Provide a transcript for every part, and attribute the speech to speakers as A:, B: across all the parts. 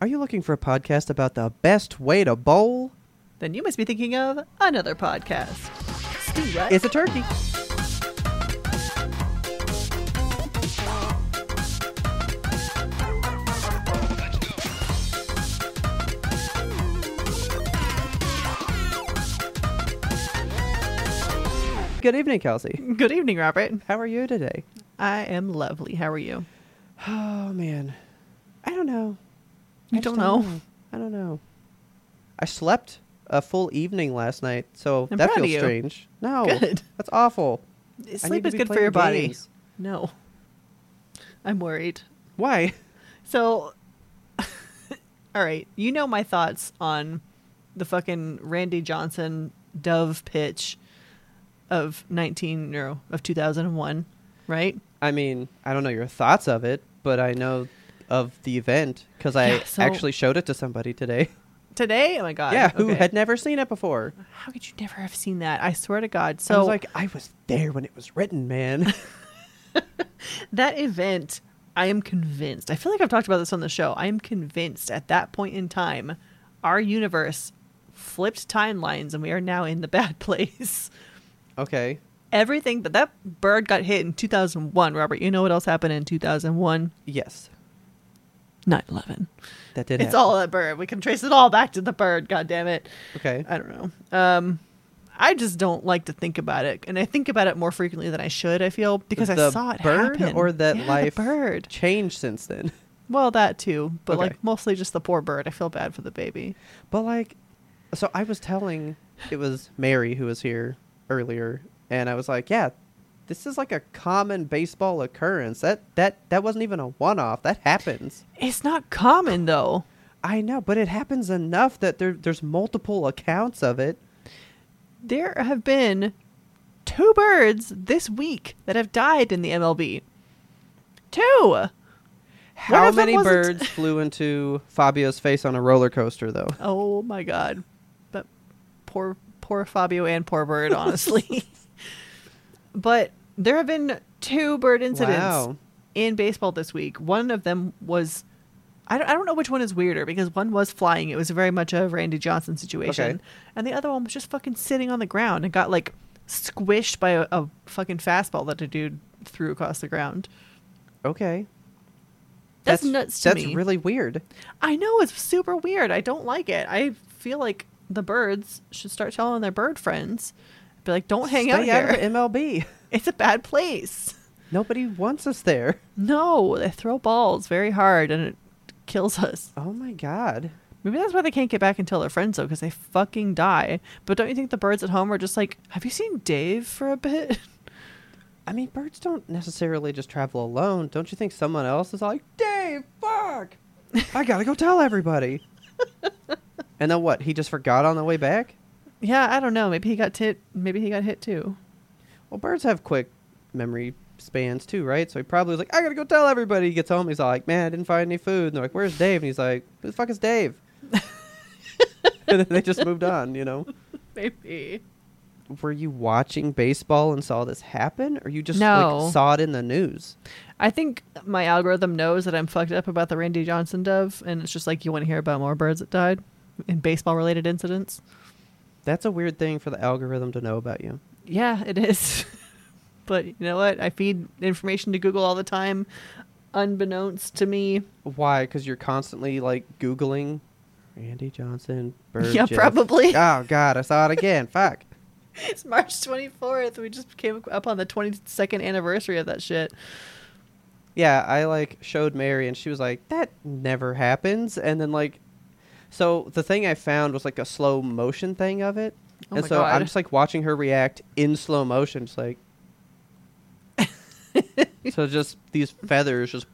A: Are you looking for a podcast about the best way to bowl?
B: Then you must be thinking of another podcast. Stu, what?
A: It's a turkey. Good evening, Kelsey.
B: Good evening, Robert.
A: How are you today?
B: I am lovely. How are you?
A: Oh man, I don't know.
B: You
A: I just
B: don't know?
A: I don't know. I slept a full evening last night, so
B: I'm
A: that
B: proud of
A: feels
B: you.
A: strange. No,
B: Good.
A: that's awful. I need
B: Sleep
A: to
B: is
A: be
B: good for
A: playing
B: your body.
A: games.
B: No. I'm worried.
A: Why?
B: So, all right. You know my thoughts on the fucking Randy Johnson dove pitch of 19, no, of 2001, right?
A: I mean, I don't know your thoughts of it, but I know of the event because I
B: Yeah, so-
A: actually showed it to somebody today.
B: Today? Oh my God.
A: yeah, who
B: Okay.
A: had never seen it before.
B: How could you never have seen that? I swear to God.
A: So I
B: So
A: was like, I was there when it was written, man.
B: that event, I am convinced. I feel like I've talked about this on the show. I am convinced at that point in time, our universe flipped timelines and we are now in the bad place.
A: okay.
B: Everything, but that bird got hit in 2001, Robert. You know what else happened in 2001?
A: Yes,
B: 9 11.
A: that did.
B: It's
A: happen.
B: all that bird. We can trace it all back to the bird, God damn it.
A: okay.
B: I don't know. Um, I just don't like to think about it, and I think about it more frequently than I should. I feel because I
A: The
B: saw it
A: bird
B: happen.
A: or that
B: Yeah, the
A: life
B: bird.
A: changed since then.
B: Well, that too, but
A: Okay.
B: like mostly just the poor bird. I feel bad for the baby.
A: But like, so I was telling it was Mary who was here earlier, and I was like, yeah, this is like a common baseball occurrence. That that that wasn't even a one-off. That happens.
B: It's not common though.
A: I know, but it happens enough that there there's multiple accounts of it.
B: There have been two birds this week that have died in the MLB. Two.
A: How
B: of them
A: many
B: wasn't-
A: birds flew into Fabio's face on a roller coaster, though?
B: Oh my god. But poor poor Fabio and poor bird, honestly. but there have been two bird incidents
A: Wow.
B: in baseball this week. One of them was I don't, I don't know which one is weirder because one was flying. It was very much a Randy Johnson situation.
A: Okay.
B: And the other one was just fucking sitting on the ground and got like squished by a, a fucking fastball that a dude threw across the ground.
A: Okay,
B: That's, nuts to
A: that's
B: me.
A: really weird.
B: I know it's super weird. I don't like it. I feel like the birds should start telling their bird friends, be like, "Don't hang out
A: Stay out
B: here.
A: of MLB.
B: it's a bad place."
A: Nobody wants us there.
B: No, they throw balls very hard and it kills us.
A: Oh my god.
B: Maybe that's why they can't get back and tell their friends though, because they fucking die. But don't you think the birds at home are just like, "Have you seen Dave for a bit?"
A: I mean, birds don't necessarily just travel alone. Don't you think someone else is like, Dave, fuck, I gotta go tell everybody. and then what? He just forgot on the way back.
B: yeah, I don't know. Maybe he got hit. Maybe he got hit too.
A: Well, birds have quick memory spans too, right? So he probably was like, I gotta go tell everybody. He gets home, he's like, man, I didn't find any food. And they're like, where's Dave? And he's like, who the fuck is Dave? and then they just moved on, you know.
B: Maybe.
A: Were you watching baseball and saw this happen, or you just
B: No.
A: like, saw it in the news?
B: I think my algorithm knows that I'm fucked up about the Randy Johnson dove, and it's just like you want to hear about more birds that died in baseball related incidents.
A: That's a weird thing for the algorithm to know about you.
B: Yeah, it is. but you know what? I feed information to Google all the time, unbeknownst to me.
A: Why? Because you're constantly like Googling Randy Johnson. Bird
B: Yeah,
A: Jeff.
B: probably.
A: Oh God, I saw it again. Fuck.
B: It's March 24th. We just came up on the 22nd anniversary of that shit.
A: Yeah, I like showed Mary, and she was like, "That never happens." And then like, so the thing I found was like a slow motion thing of it,
B: Oh
A: and
B: my
A: so I'm
B: God.
A: just like watching her react in slow motion, just like. so just these feathers, just.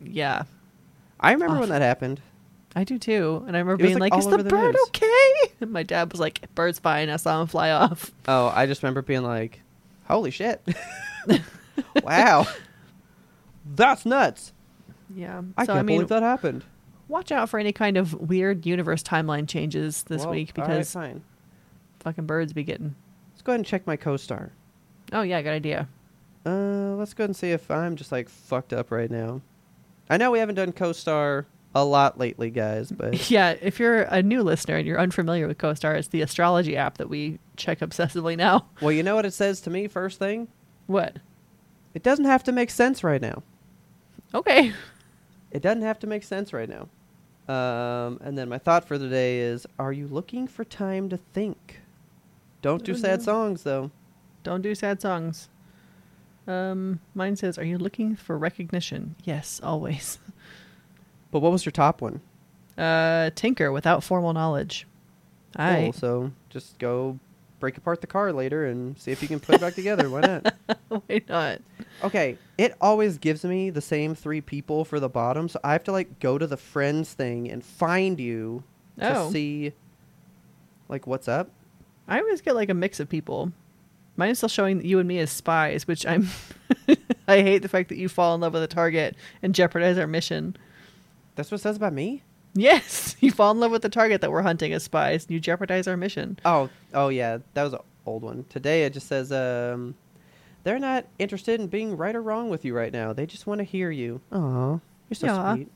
B: Yeah.
A: I remember when
B: Awful.
A: that happened.
B: I do too. And I
A: It
B: remember
A: was,
B: being
A: like,
B: like,
A: all
B: "Is
A: over
B: the
A: the
B: bird
A: news.
B: okay?" And my dad was like, "Bird's fine. I saw him fly off."
A: Oh, I just remember being like, "Holy shit! wow, that's nuts!
B: Yeah.
A: I
B: so
A: can't
B: I mean,
A: believe that happened."
B: watch out for any kind of weird universe timeline changes this
A: Well,
B: week
A: all right,
B: because
A: fine.
B: fucking birds be getting.
A: Let's go ahead and check my co-star.
B: Oh yeah, good idea.
A: Uh, let's go ahead and see if I'm just like fucked up right now. I know we haven't done co-star a lot lately, guys, but
B: Yeah, if you're a new listener and you're unfamiliar with CoStar, it's the astrology app that we check obsessively now.
A: well, you know what it says to me first thing?
B: What?
A: It doesn't have to make sense right now.
B: Okay.
A: It doesn't have to make sense right now. Um, and then my thought for the day is: Are you looking for time to think? Don't do
B: Oh,
A: sad
B: no.
A: songs though.
B: Don't do sad songs. Um, mine says, "Are you looking for recognition?" Yes, always.
A: But what was your top one?
B: Uh, tinker without formal knowledge. I
A: Cool, so just go break apart the car later and see if you can put it back together. Why not?
B: why not?
A: Okay, it always gives me the same three people for the bottom, so I have to like go to the friends thing and find you to
B: Oh.
A: see like what's up.
B: I always get like a mix of people. Mine is still showing you and me as spies, which I'm. I hate the fact that you fall in love with a target and jeopardize our mission.
A: That's what it says about me.
B: Yes, you fall in love with the target that we're hunting as spies, and you jeopardize our mission.
A: Oh, oh yeah, that was an old one. Today it just says um, they're not interested in being right or wrong with you right now. They just want to hear you. Aw, you're so
B: Aw.
A: sweet.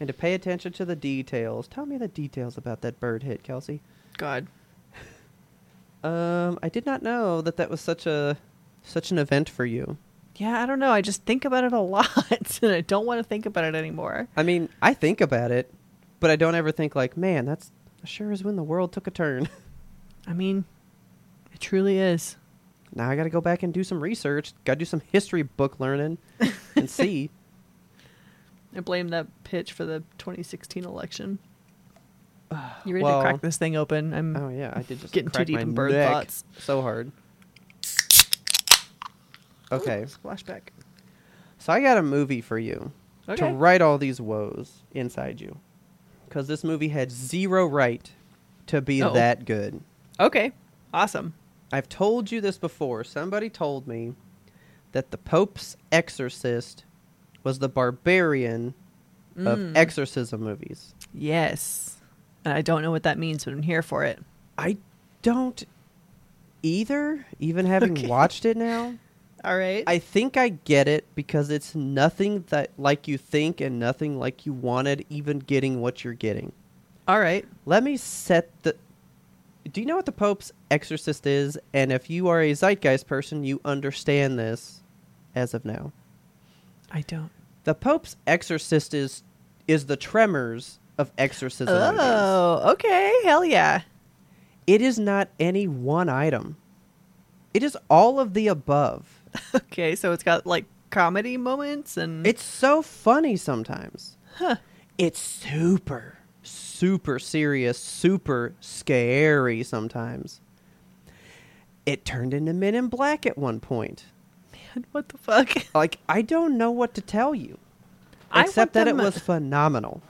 A: and to pay attention to the details. Tell me the details about that bird hit, Kelsey.
B: God.
A: Um, I did not know that that was such a such an event for you.
B: Yeah, I don't know. I just think about it a lot, and I don't want to think about it anymore.
A: I mean, I think about it, but I don't ever think like, man, that's sure is when the world took a turn.
B: I mean, it truly is.
A: now I got to go back and do some research. Got to do some history book learning and see.
B: I blame that pitch for the 2016 election. You ready
A: well-
B: to crack this thing open? I'm.
A: Oh yeah, I did just
B: Getting too
A: crack
B: deep
A: my
B: in bird
A: neck
B: thoughts.
A: so hard. Okay,
B: Splashback.
A: so I got a movie for you
B: Okay.
A: to right all these woes inside you, because this movie had zero right to be
B: Uh-oh.
A: that good.
B: Okay. Awesome.
A: I've told you this before. Somebody told me that the Pope's Exorcist was the barbarian
B: Mm.
A: of exorcism movies.
B: Yes. And I don't know what that means, but I'm here for it.
A: I don't either, even having
B: Okay.
A: watched it now.
B: All right.
A: I think I get it because it's nothing that like you think and nothing like you wanted, even getting what you're getting.
B: All right.
A: Let me set the. Do you know what the Pope's exorcist is? And if you are a zeitgeist person, you understand this as of now.
B: I don't.
A: The Pope's exorcist is is the tremors of exorcism. movies.
B: Oh, okay. Hell yeah.
A: It is not any one item. It is all of the above.
B: Okay, so it's got like comedy moments and
A: It's so funny sometimes. It's super, super serious, super scary sometimes. It turned into Men in Black at one point.
B: man, what the fuck?
A: Like, I don't know what to tell you.
B: I want
A: Except that it
B: them-
A: was phenomenal.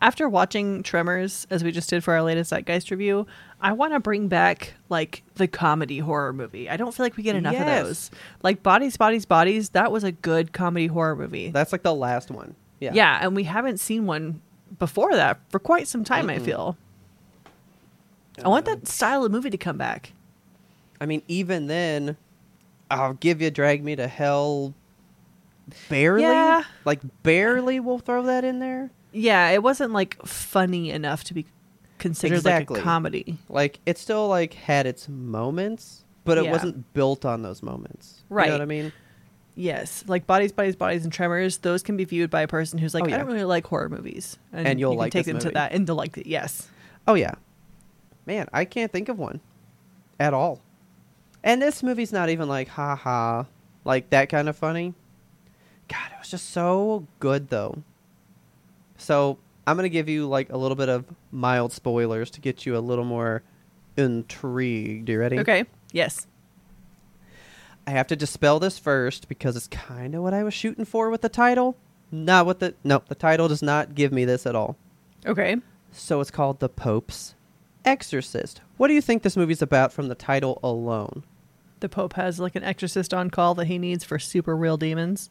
B: After watching Tremors, as we just did for our latest Zeitgeist review, I want to bring back like the comedy horror movie. I don't feel like we get enough
A: Yes.
B: of those. Like Bodies, Bodies, Bodies, that was a good comedy horror movie.
A: That's like the last one. Yeah.
B: yeah, and we haven't seen one before that for quite some time, I feel. I want that style of movie to come back.
A: I mean, even then, I'll give you Drag Me to Hell. Barely.
B: Yeah.
A: Like, barely we'll throw that in there.
B: Yeah, it wasn't like funny enough to be considered
A: Exactly.
B: like a comedy.
A: Like it still like had its moments, but it
B: Yeah.
A: wasn't built on those moments. You
B: Right.
A: know what I mean?
B: Yes, like bodies, bodies, bodies, and tremors. Those can be viewed by a person who's like,
A: Oh, yeah.
B: I don't really like horror movies,
A: And you'll
B: you can
A: like
B: take
A: this
B: them
A: movie.
B: to that, and they'll like it. Yes,
A: Oh yeah. Man, I can't think of one at all. And this movie's not even like ha ha like that kind of funny. God, it was just so good though. So, I'm going to give you like a little bit of mild spoilers to get you a little more intrigued. You ready?
B: okay, yes,
A: I have to dispel this first because it's kind of what I was shooting for with the title. not what the no. The title does not give me this at all.
B: Okay.
A: So it's called The Pope's Exorcist. What do you think this movie's about from the title alone?
B: The Pope has like an exorcist on call that he needs for super real demons.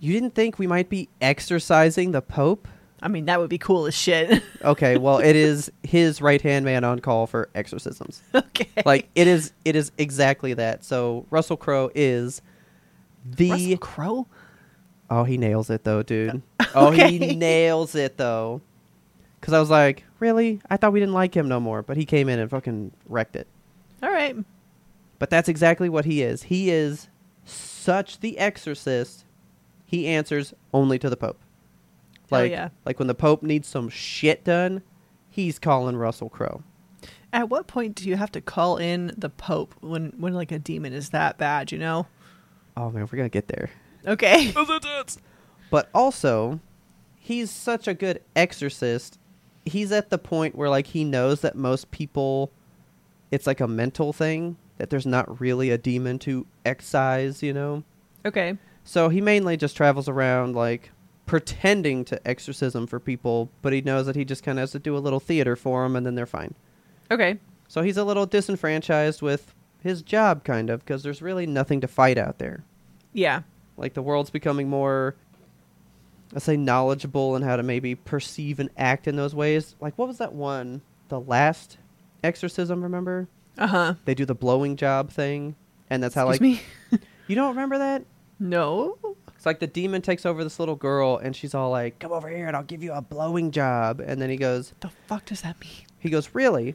A: You didn't think we might be exorcising the Pope?
B: I mean, that would be cool as shit.
A: Okay, well, it is his right hand man on call for exorcisms.
B: okay.
A: Like it is, it is exactly that. So Russell Crowe is the
B: Russell Crowe?
A: Oh, he nails it though, dude. Oh,
B: Okay.
A: he nails it though. Cuz I was like, "Really? I thought we didn't like him no more." But he came in and fucking wrecked it.
B: All right.
A: But that's exactly what he is. He is such the exorcist. He answers only to the pope.
B: Hell
A: Like
B: Oh, yeah.
A: like when the pope needs some shit done, he's calling Russell Crowe.
B: At what point do you have to call in the Pope when when like a demon is that bad? You know?
A: Oh man, we're going to get there.
B: Okay.
A: but also he's such a good exorcist he's at the point where like he knows that most people it's like a mental thing that there's not really a demon to excise you know
B: okay.
A: so he mainly just travels around like pretending to exorcism for people but he knows that he just kind of has to do a little theater for them and then they're fine
B: Okay.
A: so he's a little disenfranchised with his job kind of because there's really nothing to fight out there
B: Yeah.
A: like the world's becoming more i say knowledgeable in how to maybe perceive and act in those ways like what was that one the last exorcism remember
B: Uh huh.
A: they do the blowing job thing and that's how
B: Excuse
A: like
B: me.
A: you don't remember that
B: No.
A: it's like the demon takes over this little girl and she's all like come over here and i'll give you a blowing job and then he goes
B: The fuck does that mean?
A: he goes really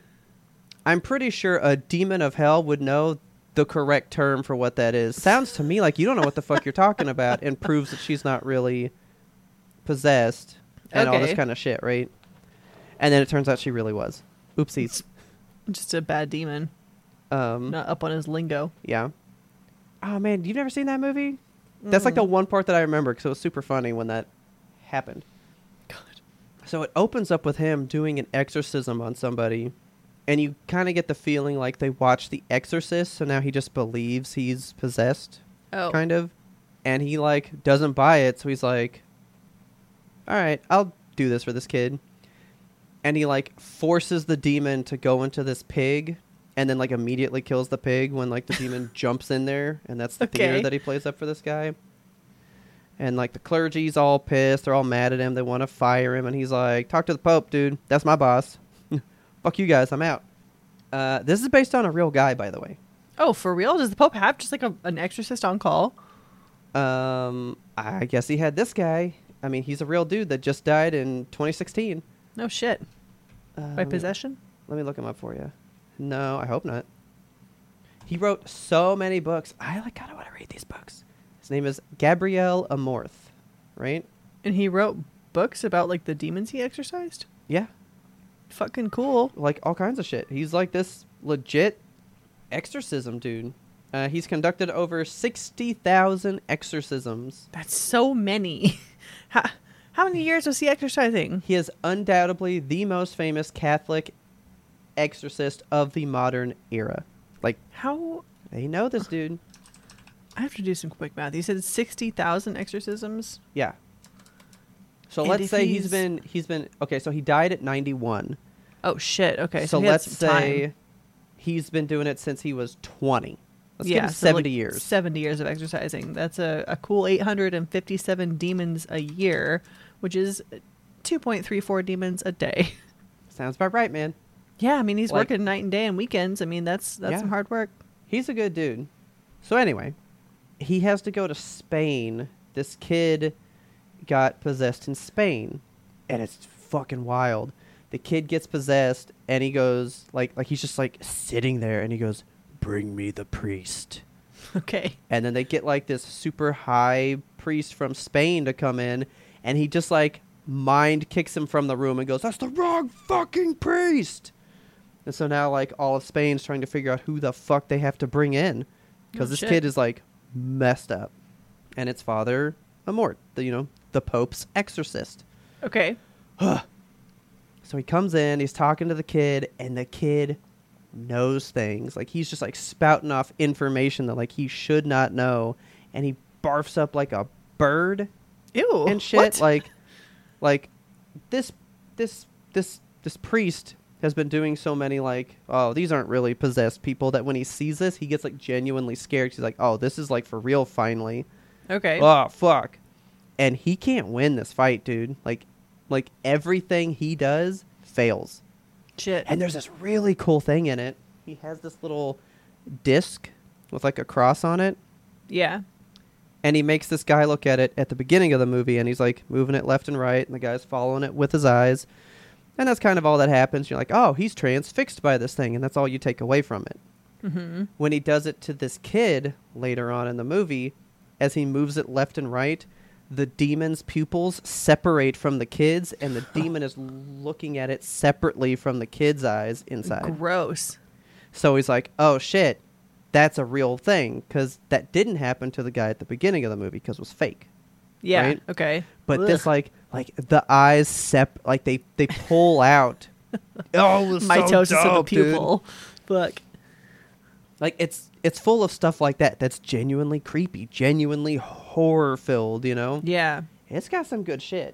A: i'm pretty sure a demon of hell would know the correct term for what that is sounds to me like you don't know what the fuck you're talking about and proves that she's not really possessed and all this
B: Okay.
A: kind of shit right and then it turns out she really was oopsies
B: Just a bad demon.
A: um
B: Not up on his lingo.
A: yeah oh man you've never seen that movie that's like the one part that i remember because it was super funny when that happened
B: God.
A: So it opens up with him doing an exorcism on somebody, and you kind of get the feeling like they watched The Exorcist, so now he just believes he's possessed,
B: Oh.
A: kind of, and he like doesn't buy it, so he's like, "All right, I'll do this for this kid," and he like forces the demon to go into this pig, and then like immediately kills the pig when like the demon jumps in there, and that's the
B: Okay.
A: theater that he plays up for this guy and like the clergy's all pissed they're all mad at him they want to fire him and he's like talk to the pope dude that's my boss fuck you guys i'm out uh, this is based on a real guy by the way
B: Oh, for real? Does the Pope have just like a, an exorcist on call?
A: um, i guess he had this guy i mean he's a real dude that just died in 2016
B: No shit.
A: uh,
B: By
A: let me-
B: possession?
A: let me look him up for you no i hope not he wrote so many books i like kind of want to read these books his name is gabriel amorth right
B: And he wrote books about like the demons he exorcised?
A: yeah
B: Fucking cool.
A: like all kinds of shit. He's like this legit exorcism dude. Uh, he's conducted over sixty thousand exorcisms.
B: That's so many. how, how many years was he exercising?
A: He is undoubtedly the most famous Catholic exorcist of the modern era. Like
B: How
A: they know this dude.
B: I have to do some quick math. You said sixty thousand exorcisms.
A: Yeah. So
B: And
A: let's
B: if
A: say
B: he's-
A: he's been he's been okay. So he died at ninety one.
B: Oh shit! Okay,
A: so
B: he had
A: let's
B: some time.
A: say he's been doing it since he was twenty. Let's give him
B: so, like,
A: seventy years.
B: Seventy years of exercising. That's a, a cool eight hundred and fifty-seven demons a year, which is two point three four demons a day.
A: Sounds about right, man.
B: yeah, I mean he's
A: Like-
B: working night and day and weekends. I mean that's that's
A: Yeah.
B: some hard work.
A: He's a good dude. So anyway, he has to go to Spain. This kid got possessed in Spain, and it's fucking wild. The kid gets possessed, and he goes like like he's just like sitting there, and he goes, "Bring me the priest."
B: Okay.
A: And then they get like this super high priest from Spain to come in, and he just like mind kicks him from the room and goes, "That's the wrong fucking priest." And so now like all of Spain's trying to figure out who the fuck they have to bring in because
B: Oh,
A: this
B: shit.
A: kid is like messed up, and it's Father Amort, the you know the Pope's exorcist.
B: Okay.
A: So he comes in, he's talking to the kid, and the kid knows things. Like he's just like spouting off information that like he should not know, and he barfs up like a bird.
B: Ew.
A: and shit
B: what?
A: like like this this this this priest has been doing so many like oh these aren't really possessed people that when he sees this he gets like genuinely scared he's like oh this is like for real finally
B: okay.
A: oh fuck and he can't win this fight dude like like everything he does fails
B: shit.
A: and there's this really cool thing in it he has this little disc with like a cross on it
B: yeah.
A: and he makes this guy look at it at the beginning of the movie and he's like moving it left and right and the guy's following it with his eyes and that's kind of all that happens you're like oh he's transfixed by this thing and that's all you take away from it
B: Mm-hmm.
A: when he does it to this kid later on in the movie as he moves it left and right the demon's pupils separate from the kids and the demon is looking at it separately from the kid's eyes inside
B: Gross.
A: so he's like, "Oh shit, that's a real thing because that didn't happen to the guy at the beginning of the movie because it was fake."
B: Yeah.
A: Right?
B: Okay.
A: But
B: Ugh.
A: this like like the eyes sep like they they pull out. oh, it was so
B: mitosis
A: dope,
B: of the
A: dude.
B: pupil. Fuck.
A: Like it's it's full of stuff like that that's genuinely creepy, genuinely horror filled. You know,
B: Yeah.
A: it's got some good shit.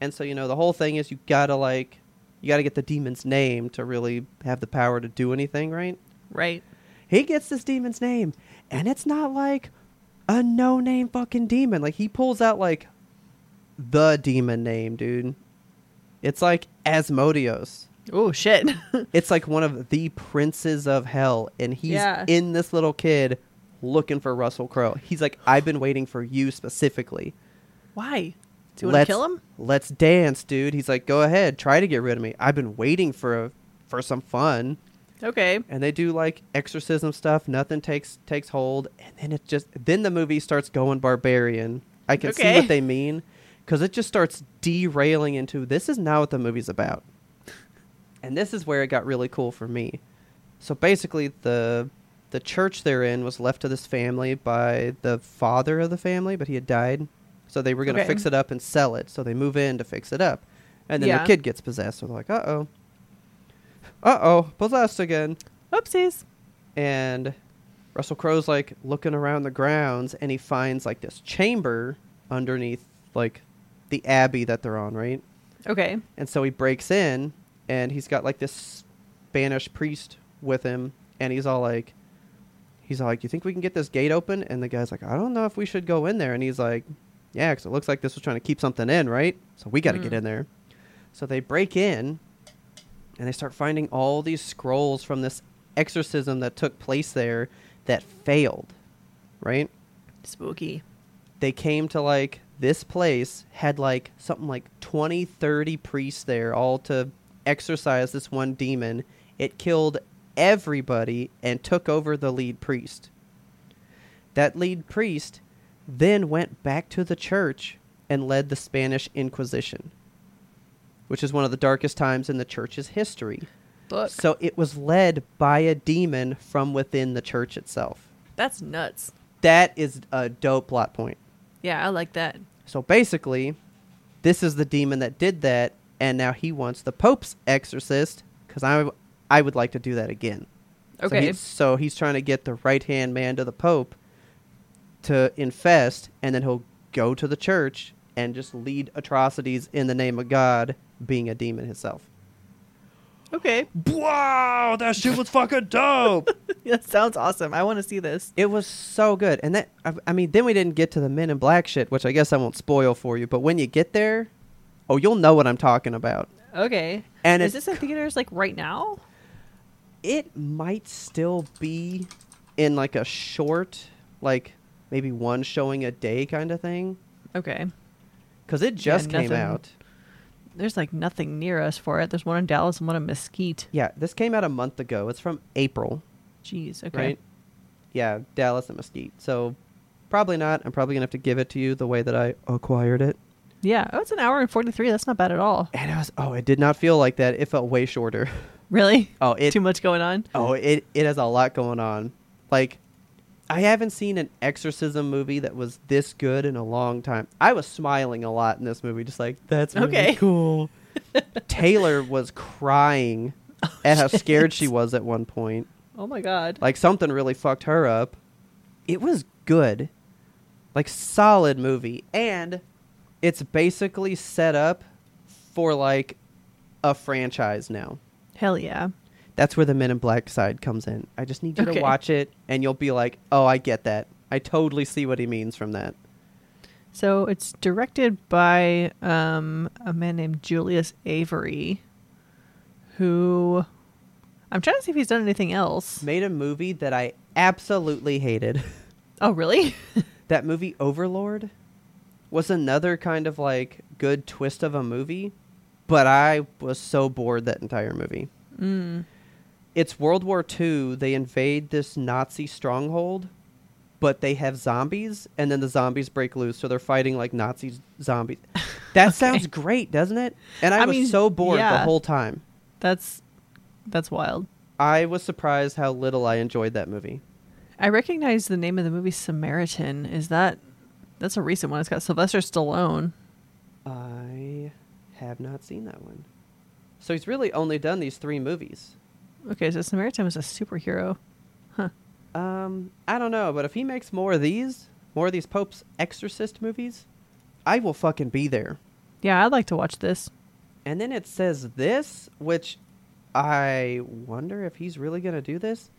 A: And so you know the whole thing is you gotta like you gotta get the demon's name to really have the power to do anything, right?
B: Right.
A: he gets this demon's name and it's not like a no name fucking demon like he pulls out like the demon name dude it's like asmodeus
B: Oh shit.
A: it's like one of the princes of hell and he's
B: Yeah.
A: in this little kid looking for russell crowe he's like i've been waiting for you specifically
B: Why? Do you want to
A: Let's-
B: kill him?
A: let's dance dude he's like go ahead try to get rid of me i've been waiting for a, for some fun
B: Okay.
A: and they do like exorcism stuff nothing takes takes hold and then it just then the movie starts going barbarian i can see
B: Okay.
A: what they mean because it just starts derailing into this is not what the movie's about and this is where it got really cool for me so basically the the church they're in was left to this family by the father of the family but he had died so they were going to
B: Okay.
A: fix it up and sell it so they move in to fix it up and then
B: Yeah.
A: the kid gets possessed so they're like uh-oh uh-oh possessed again
B: Oopsies.
A: and Russell Crowe's like looking around the grounds and he finds like this chamber underneath like the abbey that they're on, right?
B: Okay.
A: And so he breaks in and he's got like this Spanish priest with him and he's all like he's all like, "You think we can get this gate open?" And the guy's like, "I don't know if we should go in there." And he's like, "Yeah, cuz it looks like this was trying to keep something in, right? So we got to
B: Mm.
A: get in there." So they break in and they start finding all these scrolls from this exorcism that took place there that failed, right?
B: Spooky.
A: they came to like this place had like something like 20 30 priests there all to exorcise this one demon it killed everybody and took over the lead priest that lead priest then went back to the church and led the spanish inquisition which is one of the darkest times in the church's history
B: Fuck.
A: so it was led by a demon from within the church itself
B: That's nuts.
A: that is a dope plot point
B: Yeah, I like that.
A: so basically, this is the demon that did that, and now he wants the Pope's exorcist because I, I would like to do that again. So,
B: Okay.
A: he's- so he's trying to get the right hand man to the Pope to infest, and then he'll go to the church and just lead atrocities in the name of God, being a demon himself.
B: okay.
A: Wow, that shit was fucking dope.
B: that sounds awesome. I want to see this.
A: It was so good, and that I, I mean, then we didn't get to the Men in Black shit, which I guess I won't spoil for you. But when you get there, oh, you'll know what I'm talking about.
B: Okay.
A: And
B: is
A: it-
B: this in theaters like right now?
A: It might still be in like a short, like maybe one showing a day kind of thing,
B: Okay.
A: because it just came
B: nothing.
A: out.
B: There's like nothing near us for it. There's one in Dallas and one in Mesquite.
A: Yeah, this came out a month ago. It's from April,
B: Jeez. Okay.
A: right? Yeah, Dallas and Mesquite. So probably not. I'm probably gonna have to give it to you the way that I acquired it.
B: Yeah. Oh, it's an hour and 43. That's not bad at all.
A: And I was oh, it did not feel like that. It felt way shorter.
B: Really?
A: Oh, it
B: Too much going on?
A: Oh, it it has a lot going on. Like I haven't seen an exorcism movie that was this good in a long time. I was smiling a lot in this movie, just like that's really
B: Okay.
A: cool. Taylor was crying at how scared she was at one point.
B: Oh my god.
A: Like something really fucked her up. It was good. Like solid movie and it's basically set up for like a franchise now.
B: Hell yeah.
A: That's where the Men in Black side comes in. I just need you
B: Okay.
A: to watch it and you'll be like, "Oh, I get that. I totally see what he means from that."
B: So it's directed by um, a man named Julius Avery, who I'm trying to see if he's done anything else.
A: Made a movie that I absolutely hated.
B: Oh, really?
A: that movie Overlord was another kind of like good twist of a movie, but I was so bored that entire movie.
B: mm.
A: It's World War II. They invade this Nazi stronghold, but they have zombies, and then the zombies break loose, so they're fighting like Nazi zombies. That sounds great, doesn't it? And I,
B: I
A: was
B: mean,
A: so bored
B: yeah.
A: the whole time.
B: That's that's wild.
A: I was surprised how little I enjoyed that movie.
B: I recognize the name of the movie Samaritan. Is that that's a recent one? It's got Sylvester Stallone.
A: I have not seen that one. So he's really only done these three movies.
B: Okay, so Samaritan was a superhero.
A: Um, I don't know, but if he makes more of these, more of these Pope's Exorcist movies, I will fucking be there.
B: Yeah, I'd like to watch this.
A: And then it says this, which I wonder if he's really gonna do this.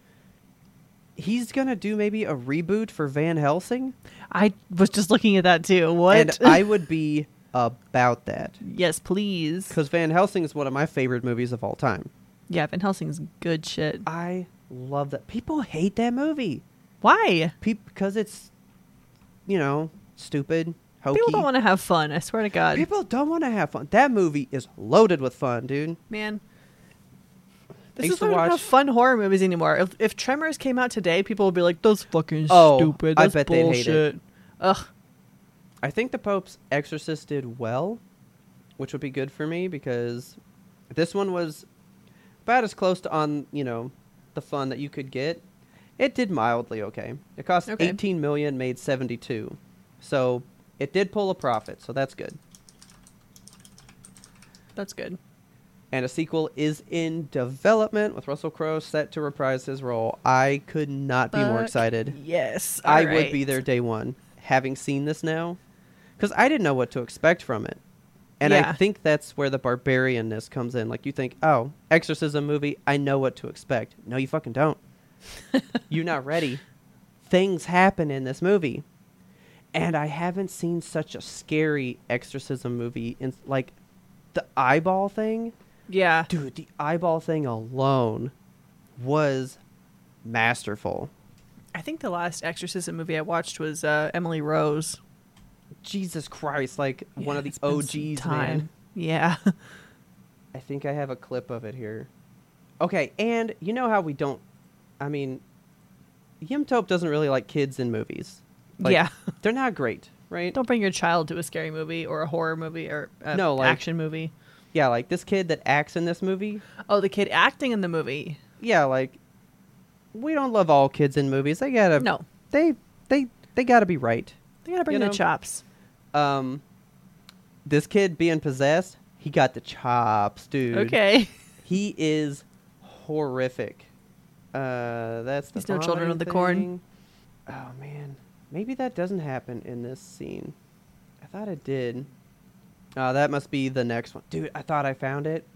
A: He's gonna do maybe a reboot for Van Helsing,
B: I was just looking at that too. What?
A: and I would be about that
B: yes, please.
A: because Van Helsing is one of my favorite movies of all time.
B: Yeah, Van Helsing's good shit.
A: I love that. People hate that movie
B: Why?
A: because it's, you know, stupid, hokey.
B: People don't want to have fun. I swear to God.
A: People don't want to have fun. That movie is loaded with fun, dude.
B: Man.
A: I
B: This
A: used
B: is
A: to
B: why we don't have
A: watch-
B: fun horror movies anymore. If, if Tremors came out today, people would be like, "Those fucking
A: Oh,
B: stupid.
A: I
B: That's
A: bet they'd hate
B: bullshit."
A: it.
B: Ugh.
A: I think the Pope's Exorcist did well, which would be good for me because this one was about as close to on you know the fun that you could get. It did mildly okay. It cost
B: Okay.
A: 18 million, made 72, so it did pull a profit. So that's good.
B: That's good.
A: And a sequel is in development with Russell Crowe set to reprise his role. I could not be more
B: Fuck
A: excited.
B: Yes.
A: I would
B: alright.
A: be there day one, having seen this now, because I didn't know what to expect from it, and I
B: Yeah.
A: think that's where the barbarianness comes in. Like you think, oh, exorcism movie, I know what to expect. No, you fucking don't. You're not ready. Things happen in this movie, and I haven't seen such a scary exorcism movie in like the eyeball thing
B: Yeah.
A: dude the eyeball thing alone was masterful
B: I think the last Exorcism movie I watched was uh, Emily Rose.
A: jesus christ like one
B: Yeah,
A: of the
B: it's been some
A: og's man
B: Yeah.
A: i think i have a clip of it here okay and you know how we don't i mean yimtope doesn't really like kids in movies Like,
B: Yeah.
A: they're not great right
B: Don't bring your child to a scary movie or a horror movie or a
A: No, like-
B: action movie.
A: yeah like this kid that acts in this movie
B: Oh, the kid acting in the movie.
A: yeah like we don't love all kids in movies they gotta
B: No.
A: they they they gotta be right
B: They gotta bring
A: You
B: the
A: know,
B: chops.
A: um this kid being possessed he got the chops dude
B: Okay.
A: he is horrific uh that's the
B: He's no Children
A: vomiting
B: of the Corn.
A: thing. oh man maybe that doesn't happen in this scene i thought it did oh that must be the next one dude i thought i found it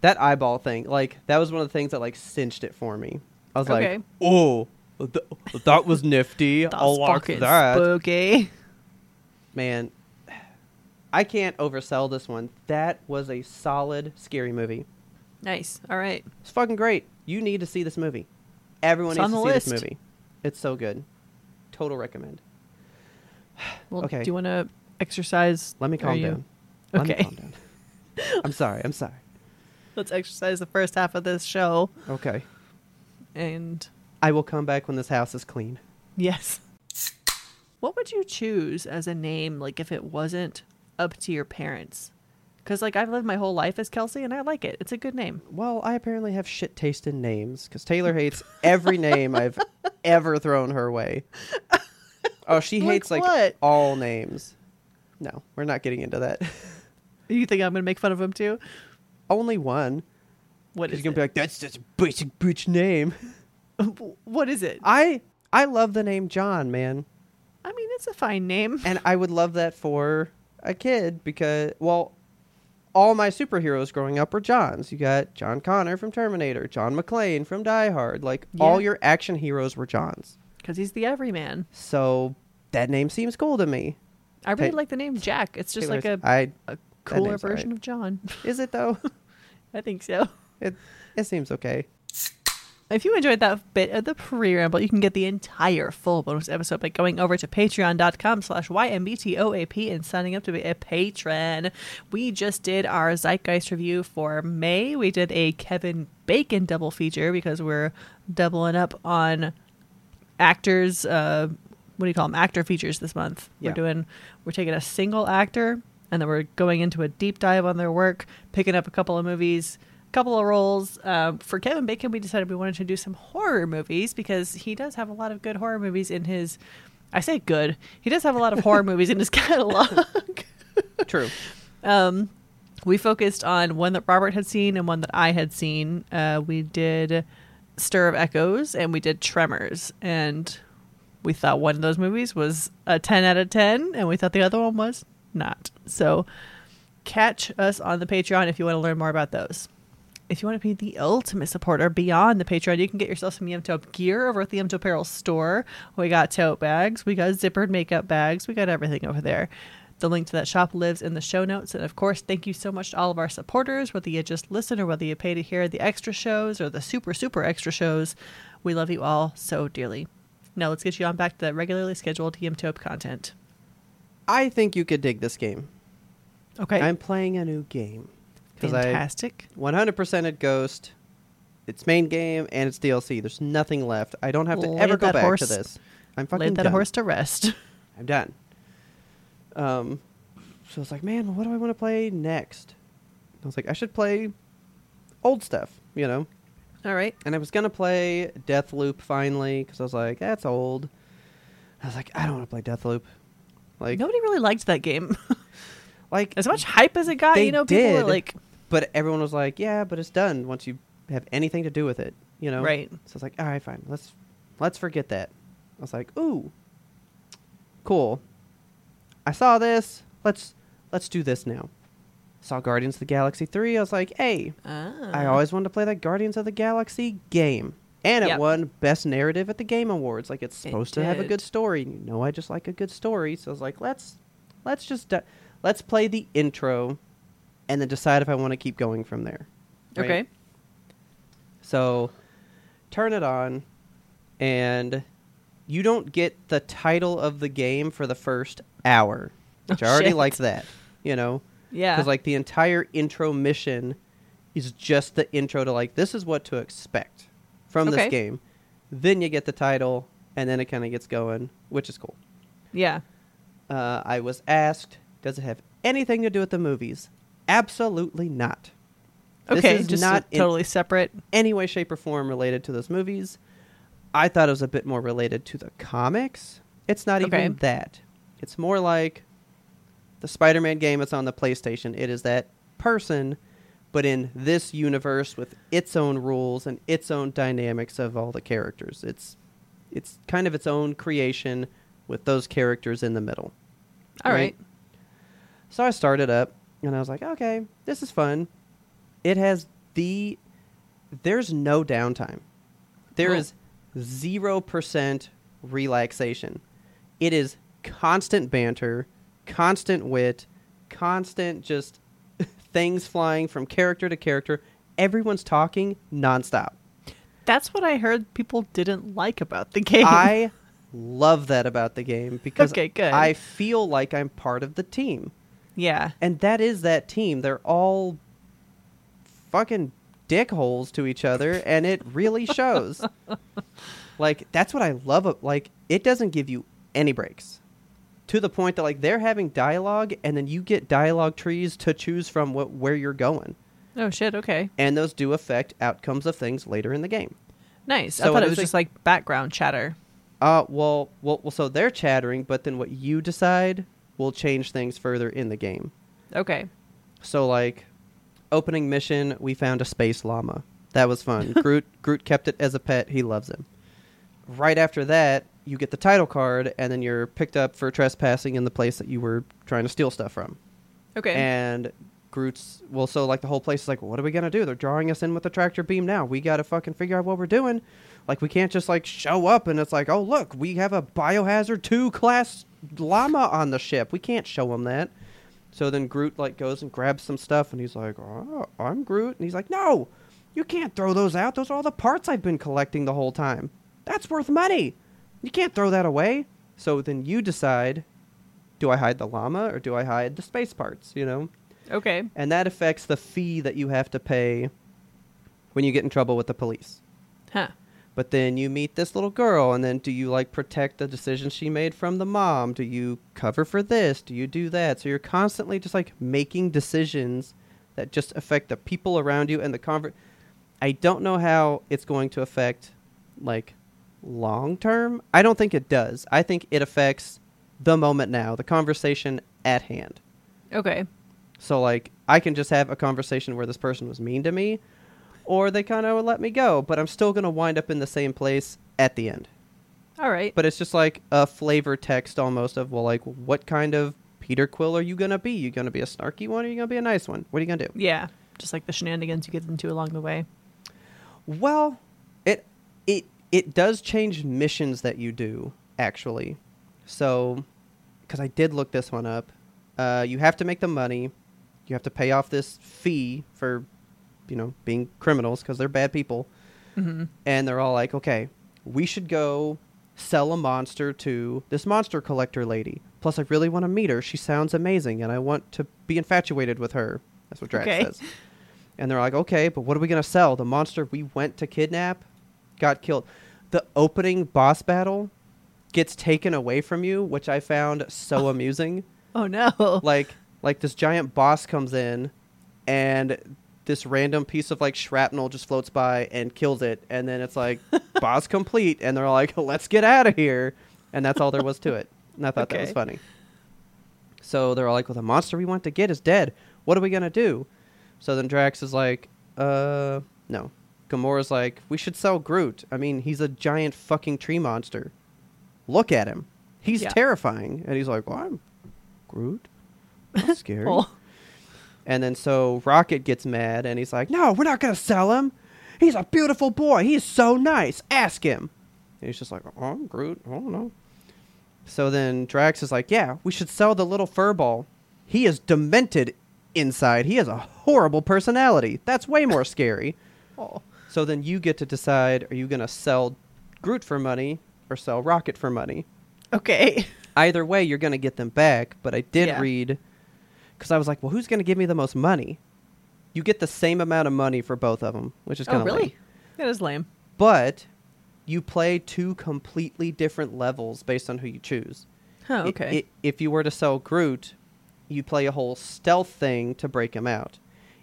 A: that eyeball thing like that was one of the things that like cinched it for me i was
B: Okay.
A: like oh th- that was nifty i'll watch
B: fucking
A: that
B: spooky.
A: man i can't oversell this one that was a solid scary movie
B: Nice. All right.
A: it's fucking great you need to see this movie everyone
B: It's
A: needs
B: on
A: to see
B: the
A: this
B: list.
A: movie it's so good total recommend
B: Well,
A: Okay.
B: do you want to exercise?
A: let me
B: Are
A: calm
B: you-
A: down let me
B: Okay.
A: calm down i'm sorry i'm sorry
B: Let's exercise the first half of this show.
A: okay
B: And
A: i will come back when this house is clean
B: yes. What would you choose as a name, like if it wasn't up to your parents? Because like I've lived my whole life as Kelsey, and I like it. It's a good name.
A: well i apparently have shit taste in names because taylor hates every name i've ever thrown her way oh she
B: Like
A: hates like
B: what?
A: all names no we're not getting into that
B: You think I'm gonna make fun of him too?
A: only one
B: What
A: He's
B: is
A: gonna
B: it?
A: be like, that's just a basic bitch name.
B: what is it? I,
A: I I love the name John, man,
B: mean, it's a fine name.
A: and I would love that for a kid because well, all my superheroes growing up were Johns. You got John Connor from Terminator, John McClane from Die Hard. Like all
B: Yeah.
A: your action heroes were Johns.
B: because he's the everyman.
A: So that name seems cool to me.
B: I really
A: Ta-
B: like the name Jack. It's just like
A: Taylor's-
B: a,
A: I
B: a cooler
A: name's all
B: version
A: right.
B: of John.
A: is it though?
B: I think so.
A: it it seems okay.
B: If you enjoyed that bit of the preamble, you can get the entire full bonus episode by going over to patreon.com slash YMBTOAP and signing up to be a patron. We just did our Zeitgeist review for May. We did a Kevin Bacon double feature because we're doubling up on actors, uh, what do you call them, actor features this month.
A: Yeah.
B: We're doing, we're taking a single actor and then we're going into a deep dive on their work, picking up a couple of movies, a couple of roles. Um, for Kevin Bacon, we decided we wanted to do some horror movies because he does have a lot of good horror movies in his, I say good, he does have a lot of horror movies in his catalog.
A: True.
B: Um, we focused on one that Robert had seen and one that I had seen. Uh, we did Stir of Echoes and we did Tremors. And we thought one of those movies was a 10 out of 10, and we thought the other one was not. So catch us on the Patreon if you want to learn more about those. If you want to be the ultimate supporter beyond the Patreon, you can get yourself some Yemtope gear over at the Yemtope Apparel store. We got tote bags, we got zippered makeup bags, we got everything over there. The link to that shop lives in the show notes. And of course, thank you so much to all of our supporters, whether you just listen or whether you pay to hear the extra shows or the super, super extra shows. We love you all so dearly. Now let's get you on back to that regularly scheduled Yemtope content.
A: I think you could dig this game.
B: Okay.
A: I'm playing a new game because I
B: Fantastic.
A: 100% at Ghost. It's main game and it's DLC. There's nothing left. I don't have to
B: Lay
A: ever go
B: that
A: back to
B: horse-
A: this. I'm fucking
B: Laid that
A: done.
B: horse to rest.
A: I'm done. Um, so I was like, man, what do I want to play next? I was like, I should play old stuff, you know.
B: All right.
A: And I was gonna play Deathloop finally because I was like, that's old. I was like, I don't want to play Deathloop. Like,
B: Nobody really liked that game.
A: like
B: as much hype as it got,
A: They
B: you know, people
A: did.
B: were like,
A: But everyone was like, "Yeah, but it's done once you have anything to do with it," you know.
B: Right.
A: So I was like, "All right, fine. Let's let's forget that." I was like, "Ooh, cool. I saw this. Let's let's do this now." Saw Guardians of the Galaxy three. I was like, "Hey,
B: ah.
A: I always wanted to play that Guardians of the Galaxy game." And it
B: Yep.
A: won Best Narrative at the Game Awards. Like it's
B: It
A: supposed to have a
B: did.
A: good story. and You know, I just like a good story. So I was like, let's let's just di- let's play the intro, and then decide if I want to keep going from there. right?
B: Okay.
A: So turn it on, and you don't get the title of the game for the first hour, which
B: Oh,
A: I already
B: shit.
A: liked that. You know,
B: Yeah.
A: because like the entire intro mission is just the intro to like this is what to expect from
B: Okay.
A: this game. Then you get the title, and then it kind of gets going, which is cool.
B: Yeah.
A: Uh, I was asked, does it have anything to do with the movies? Absolutely not.
B: Okay.
A: this is
B: just
A: not
B: not
A: in
B: totally separate.
A: any way, shape, or form related to those movies. I thought it was a bit more related to the comics. It's not
B: Okay.
A: even that. It's more like the Spider Man game that's on the PlayStation. It is that person, but in this universe with its own rules and its own dynamics of all the characters. It's it's kind of its own creation with those characters in the middle.
B: All
A: Right.
B: right.
A: So I started up and I was like, okay, this is fun. It has the there's no downtime. There
B: Cool.
A: is 0% relaxation. It is constant banter, constant wit, constant just things flying from character to character. Everyone's talking nonstop.
B: That's what I heard people didn't like about the game.
A: I love that about the game because
B: Okay, good.
A: I feel like I'm part of the team.
B: yeah.
A: And that is that team. They're all fucking dickholes to each other, and it really shows. like that's what I love. Of, like it doesn't give you any breaks. To the point that like they're having dialogue, and then you get dialogue trees to choose from what where you're going,
B: Oh shit. Okay.
A: and those do affect outcomes of things later in the game.
B: Nice.
A: So
B: I thought
A: it
B: it
A: was
B: was
A: like-
B: just like background chatter.
A: Uh, well, well, well, so they're chattering, but then what you decide will change things further in the game.
B: Okay.
A: So like opening mission, we found a space llama. That was fun. Groot Groot kept it as a pet. He loves him. Right after that, you get the title card, and then you're picked up for trespassing in the place that you were trying to steal stuff from.
B: Okay.
A: And Groot's well, so like the whole place is like, what are we gonna do? They're drawing us in with the tractor beam now. We gotta fucking figure out what we're doing. Like we can't just like show up and it's like, oh look, we have a biohazard two class llama on the ship. We can't show them that. So then Groot like goes and grabs some stuff and he's like, oh, I'm Groot, and he's like, no, you can't throw those out. Those are all the parts I've been collecting the whole time. That's worth money. You can't throw that away. So then you decide, do I hide the llama or do I hide the space parts? You know
B: okay.
A: and that affects the fee that you have to pay when you get in trouble with the police.
B: Huh.
A: But then you meet this little girl, and then do you like protect the decision she made from the mom? Do you cover for this? Do you do that? So you're constantly just like making decisions that just affect the people around you and the convert. I don't know how it's going to affect like long term. I don't think it does. I think it affects the moment now, the conversation at hand.
B: Okay.
A: So like I can just have a conversation where this person was mean to me or they kind of let me go, but I'm still going to wind up in the same place at the end.
B: All right.
A: But it's just like a flavor text almost of well like what kind of Peter Quill are you going to be? You going to be a snarky one or you going to be a nice one? What are you going to do?
B: yeah. Just like the shenanigans you get into along the way.
A: Well, it it it does change missions that you do actually. So, because I did look this one up, uh, you have to make the money. You have to pay off this fee for, you know, being criminals because they're bad people,
B: Mhm.
A: and they're all like, okay, we should go sell a monster to this monster collector lady. Plus, I really want to meet her. She sounds amazing, and I want to be infatuated with her. That's what Drax
B: Okay.
A: says. And they're like, okay, but what are we going to sell? The monster we went to kidnap got killed. The opening boss battle gets taken away from you, which I found so amusing.
B: Oh no.
A: Like, like this giant boss comes in, and this random piece of like shrapnel just floats by and kills it, and then it's like boss complete, and they're like, let's get out of here, and that's all there was to it. And I thought that was
B: Okay.
A: funny. So they're all like, well, the monster we want to get is dead. What are we gonna do? So then Drax is like, uh, no. Gamora's like, we should sell Groot. I mean, he's a giant fucking tree monster. Look at him. He's
B: Yeah.
A: terrifying. And he's like, well, I'm Groot. That's scary.
B: Oh.
A: And then so Rocket gets mad and he's like, No, we're not going to sell him. He's a beautiful boy. He's so nice. Ask him. And he's just like, Oh, I'm Groot. I don't know. So then Drax is like, Yeah, we should sell the little furball. He is demented inside. He has a horrible personality. That's way more scary.
B: Oh.
A: So then you get to decide are you going to sell Groot for money or sell Rocket for money?
B: Okay.
A: either way you're going to get them back but i did
B: Yeah.
A: read because i was like well who's going to give me the most money you get the same amount of money for both of them which is kind of
B: Oh really? That is lame.
A: but you play two completely different levels based on who you choose
B: Huh,
A: I-
B: Oh, okay.
A: i- if you were to sell groot you play a whole stealth thing to break him out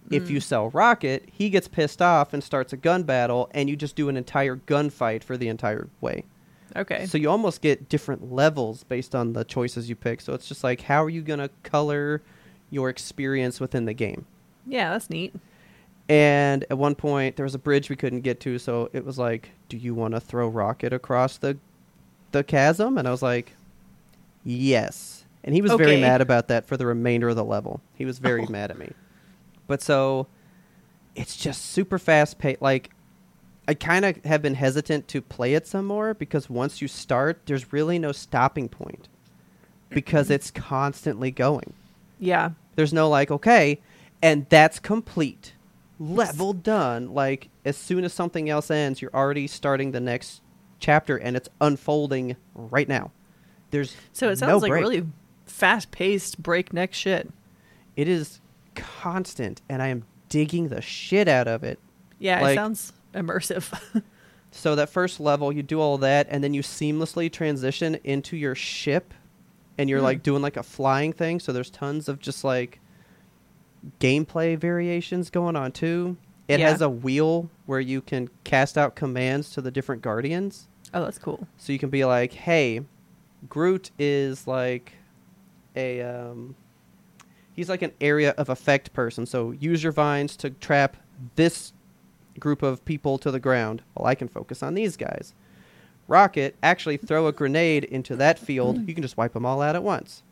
A: if
B: Hmm.
A: you sell rocket he gets pissed off and starts a gun battle and you just do an entire gunfight for the entire way
B: okay.
A: so you almost get different levels based on the choices you pick. So it's just like, how are you going to color your experience within the game?
B: yeah, that's neat.
A: And at one point, there was a bridge we couldn't get to, so it was like, do you want to throw rocket across the the chasm? And I was like, yes. And he was very
B: Okay.
A: mad about that for the remainder of the level. He was very mad at me. But so it's just super fast paced. Like I kind of have been hesitant to play it some more because once you start, there's really no stopping point because it's constantly going.
B: Yeah.
A: There's no like, okay, and that's complete. Level done. Like, as soon as something else ends, you're already starting the next chapter and it's unfolding right now. There's
B: So it sounds
A: no
B: like
A: break.
B: really fast paced breakneck shit.
A: it is constant and I am digging the shit out of it.
B: Yeah,
A: Like-
B: it sounds immersive.
A: So that first level, you do all that, and then you seamlessly transition into your ship, and you're like doing like a flying thing. So there's tons of just like gameplay variations going on too. It
B: Yeah.
A: has a wheel where you can cast out commands to the different guardians.
B: oh, that's cool.
A: So you can be like, "Hey, Groot is like a um, he's like an area of effect person. So use your vines to trap this group of people to the ground. Well, I can focus on these guys. rocket, actually throw a grenade into that field, you can just wipe them all out at once.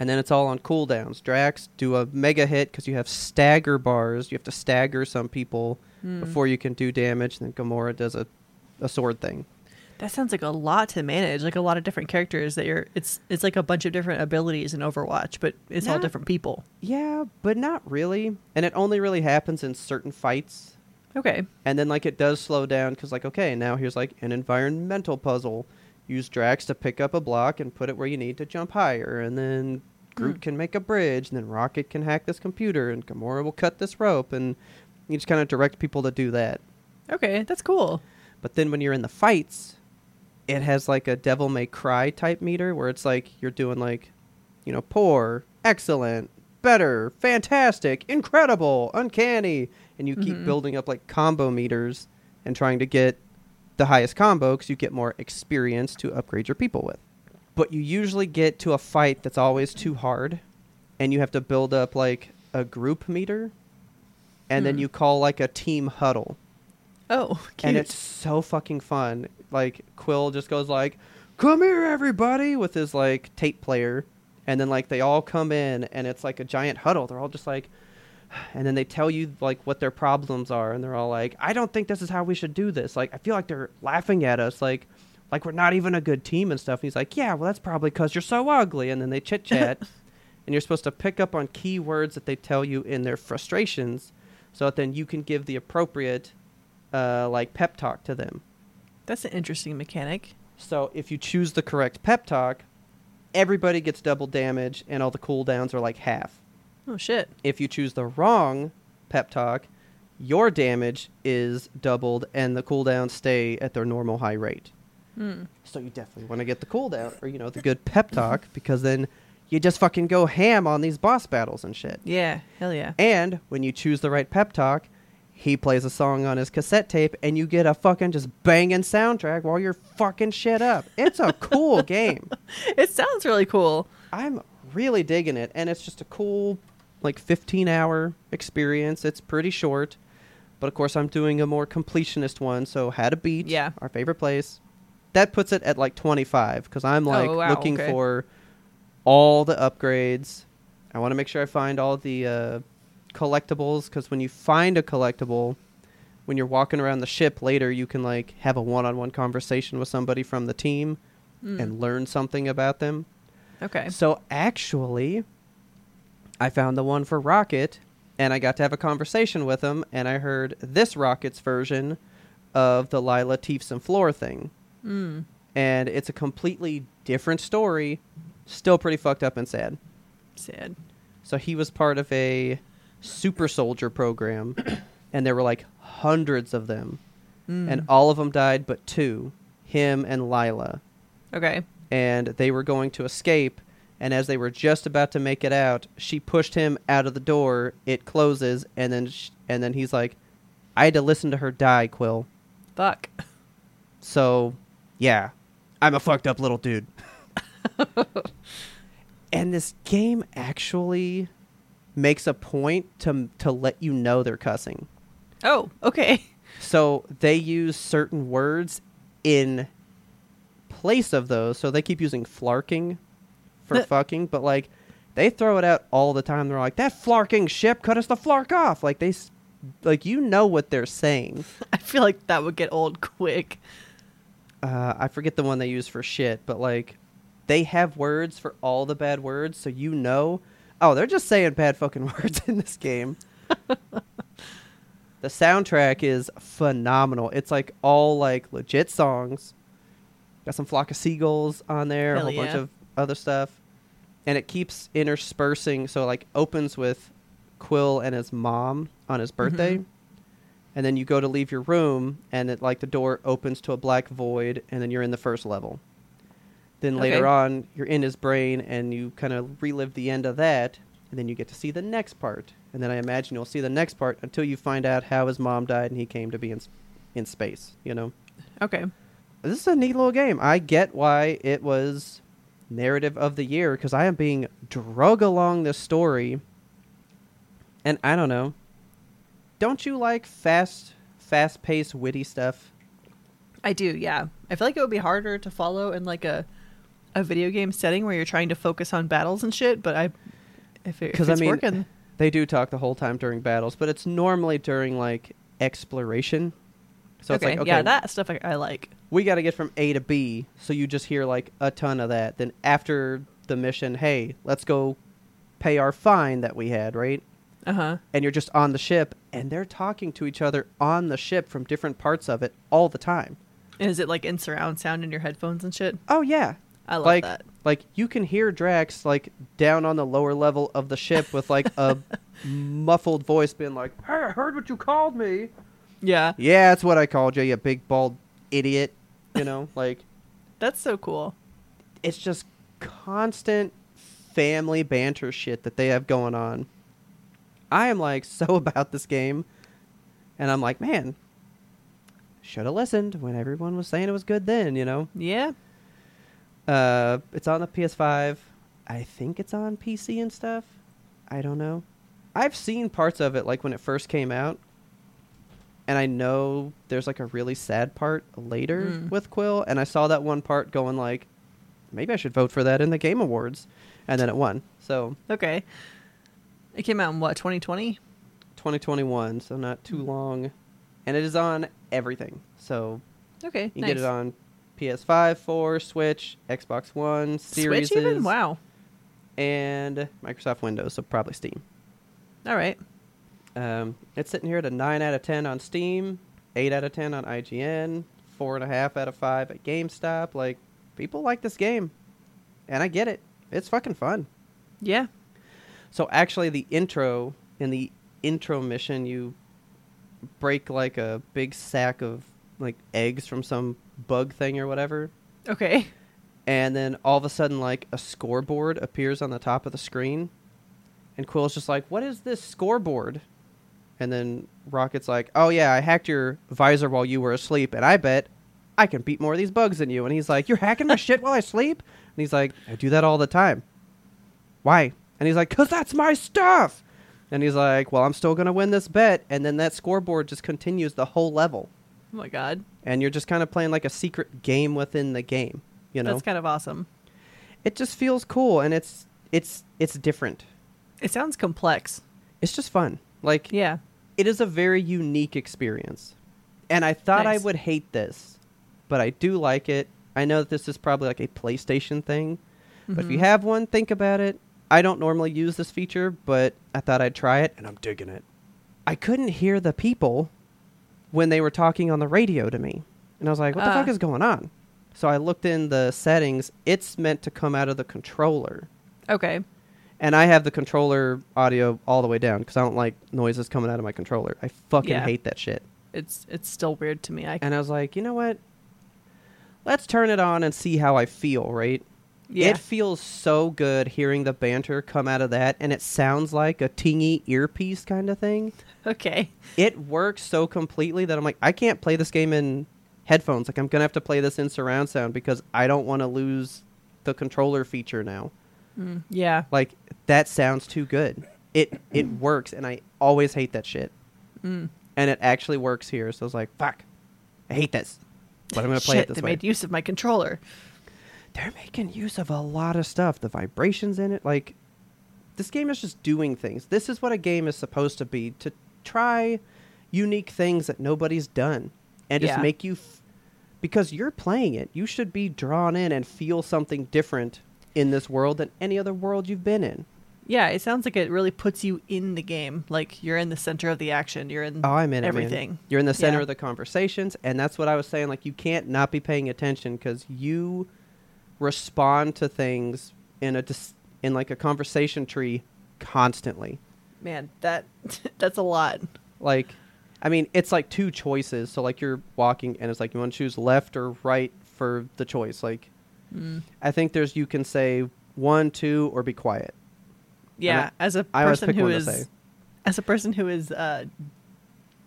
A: And then it's all on cooldowns. Drax, do a mega hit because you have stagger bars. You have to stagger some people before you can do damage. And then Gamora does a, a sword thing.
B: That sounds like a lot to manage, like a lot of different characters that you're it's it's like a bunch of different abilities in Overwatch, but it's all
A: Yeah.
B: different people.
A: Yeah, but not really. And it only really happens in certain fights.
B: Okay.
A: And then like it does slow down because like okay now here's like an environmental puzzle. Use Drax to pick up a block and put it where you need to jump higher, and then Groot can make a bridge, and then Rocket can hack this computer, and Gamora will cut this rope, and you just kind of direct people to do that.
B: Okay, that's cool.
A: But then when you're in the fights, it has like a Devil May Cry type meter where it's like you're doing like, you know, poor, excellent, better, fantastic, incredible, uncanny, and you keep building up like combo meters and trying to get the highest combo because you get more experience to upgrade your people with. But you usually get to a fight that's always too hard, and you have to build up like a group meter, and then you call like a team huddle
B: Oh, cute.
A: and it's so fucking fun. Like Quill just goes like, "Come here, everybody!" with his like tape player, and then like they all come in, and it's like a giant huddle. They're all just like, and then they tell you like what their problems are, and they're all like, "I don't think this is how we should do this." Like I feel like they're laughing at us, like like we're not even a good team and stuff. And he's like, "Yeah, well that's probably because you're so ugly." And then they chit chat. And you're supposed to pick up on key words that they tell you in their frustrations, so that then you can give the appropriate uh, like pep talk to them.
B: that's an interesting mechanic.
A: So if you choose the correct pep talk, everybody gets double damage and all the cooldowns are like half.
B: Oh shit.
A: If you choose the wrong pep talk, your damage is doubled and the cooldowns stay at their normal high rate. So you definitely want to get the cooldown or you know the good pep talk because then you just fucking go ham on these boss battles and shit.
B: Yeah, hell yeah.
A: And when you choose the right pep talk, he plays a song on his cassette tape and you get a fucking just banging soundtrack while you're fucking shit up. It's a cool game.
B: It sounds really cool.
A: I'm really digging it and it's just a cool like 15 hour experience. It's pretty short. But of course, I'm doing a more completionist one, so Had a Beach,
B: Yeah.
A: our favorite place. That puts it at like 25 because I'm like
B: Oh, wow,
A: looking
B: okay.
A: for all the upgrades. I want to make sure I find all the uh, collectibles because when you find a collectible, when you're walking around the ship later, you can like have a one-on-one conversation with somebody from the team
B: Hmm.
A: and learn something about them.
B: Okay.
A: So actually, I found the one for Rocket, and I got to have a conversation with him, and I heard this Rocket's version of the Lila Teefs and Floor thing.
B: Mm.
A: And it's a completely different story, still pretty fucked up and sad.
B: Sad.
A: So he was part of a super soldier program, and there were like hundreds of them, and all of them died but two him and Lila
B: Okay.
A: and they were going to escape. And as they were just about to make it out, she pushed him out of the door. It closes, and then sh- and then he's like, "I had to listen to her die, Quill."
B: Fuck.
A: So, yeah, I'm a fucked up little dude. and this game actually makes a point to to let you know they're cussing.
B: Oh, okay.
A: So they use certain words in place of those. So they keep using flarking for
B: Th-
A: fucking, but like they throw it out all the time. They're like, "That flarking ship cut us the flark off." Like they, s- like you know what they're saying.
B: I feel like that would get old quick.
A: Uh, I forget the one they use for shit, but like they have words for all the bad words, so you know. Oh, they're just saying bad fucking words in this game. the soundtrack is phenomenal. It's like all like legit songs. Got some flock of seagulls on there, a
B: Hell
A: whole bunch
B: yeah.
A: of other stuff, and it keeps interspersing. So it, like opens with Quill and his mom on
B: Mm-hmm.
A: his birthday and then you go to leave your room and it like the door opens to a black void and then you're in the first level then later
B: Okay.
A: on you're in his brain and you kind of relive the end of that and then you get to see the next part and then i imagine you'll see the next part until you find out how his mom died and he came to be in, s- in space you know
B: Okay.
A: this is a neat little game i get why it was narrative of the year because i am being drug along this story and i don't know don't you like fast fast paced witty stuff
B: I do, yeah. I feel like it would be harder to follow in like a a video game setting where you're trying to focus on battles and shit. But I, if, it, if
A: Because
B: it's
A: I mean,
B: working,
A: they do talk the whole time during battles, but it's normally during like exploration. So it's
B: okay,
A: like okay,
B: yeah, that stuff I, I like.
A: we got to get from A to B. So you just hear like a ton of that. Then after the mission, hey, let's go pay our fine that we had, right?
B: Uh huh.
A: And you're just on the ship, and they're talking to each other on the ship from different parts of it all the time.
B: Is it like in surround sound in your headphones and shit?
A: Oh yeah,
B: I love
A: like
B: that.
A: like you can hear Drax like down on the lower level of the ship with like a muffled voice being like, "Hey, I heard what you called me."
B: Yeah,
A: Yeah, that's what I called you, you big bald idiot. You know, like
B: that's so cool.
A: it's just constant family banter shit that they have going on. I am like so about this game, and I'm like, man, should have listened when everyone was saying it was good. Then you know,
B: Yeah,
A: uh, it's on the PS5. I think it's on PC and stuff. I don't know. I've seen parts of it like when it first came out. And I know there's like a really sad part later
B: Mm.
A: with Quill and I saw that one part going like maybe I should vote for that in the game awards and then it won. So,
B: okay. It came out in what 2020?
A: 2021, so not
B: Hmm.
A: too long. And it is on everything. So,
B: Okay,
A: you can
B: nice.
A: get it on PS5, 4, Switch, Xbox 1, Series
B: Switch even? Wow.
A: and Microsoft Windows, so probably Steam.
B: All right.
A: Um, it's sitting here at a 9 out of 10 on Steam, 8 out of 10 on IGN, 4.5 out of 5 at GameStop. Like, people like this game. And I get it. It's fucking fun.
B: Yeah.
A: So, actually, the intro, in the intro mission, you break like a big sack of like eggs from some bug thing or whatever.
B: Okay.
A: and then all of a sudden like a scoreboard appears on the top of the screen and quill's just like what is this scoreboard and then rocket's like oh yeah i hacked your visor while you were asleep and i bet i can beat more of these bugs than you and he's like you're hacking my shit while i sleep and he's like i do that all the time why and he's like because that's my stuff and he's like well i'm still going to win this bet and then that scoreboard just continues the whole level
B: Oh my god,
A: and you're just kind of playing like a secret game within the game you know
B: that's kind of awesome.
A: it just feels cool and it's it's it's different
B: It sounds complex.
A: it's just fun like
B: Yeah.
A: it is a very unique experience and i thought
B: Nice.
A: i would hate this but i do like it i know that this is probably like a playstation thing but
B: Mm-hmm.
A: if you have one think about it i don't normally use this feature but i thought i'd try it and i'm digging it i couldn't hear the people when they were talking on the radio to me and i was like what the
B: Ah.
A: fuck is going on so i looked in the settings it's meant to come out of the controller
B: Okay.
A: and I have the controller audio all the way down because I don't like noises coming out of my controller. I fucking
B: Yeah.
A: hate that shit.
B: It's it's still weird to me. I
A: And I was like, you know what? Let's turn it on and see how I feel, right?
B: yeah.
A: It feels so good hearing the banter come out of that, and it sounds like a tingy earpiece kind of thing.
B: okay.
A: It works so completely that I'm like, I can't play this game in headphones. Like, I'm going to have to play this in surround sound because I don't want to lose the controller feature now.
B: Yeah.
A: Like that sounds too good. It it works, and I always hate that shit.
B: Mm.
A: And it actually works here, so I was like, "Fuck, I hate this." But I'm gonna play
B: Shit,
A: it this
B: they
A: way.
B: made use of my controller.
A: They're making use of a lot of stuff. The vibrations in it, like this game is just doing things. This is what a game is supposed to be: to try unique things that nobody's done, and just
B: Yeah.
A: make you. F- because you're playing it, you should be drawn in and feel something different in this world than any other world you've been in.
B: Yeah, it sounds like it really puts you in the game. Like you're in the center of the action. You're in
A: Oh, I'm in it, man.
B: everything.
A: You're in the center
B: Yeah.
A: of the conversations, and that's what I was saying. Like you can't not be paying attention because you respond to things in a dis- in like a conversation tree constantly.
B: Man, that that's a lot.
A: Like, I mean, it's like two choices. So like you're walking, and it's like you want to choose left or right for the choice. Like,
B: Mm.
A: I think there's you can say one, two, or be quiet.
B: Yeah,
A: I-
B: as a
A: I always
B: person
A: pick
B: who
A: one to
B: is
A: say.
B: as a person who is uh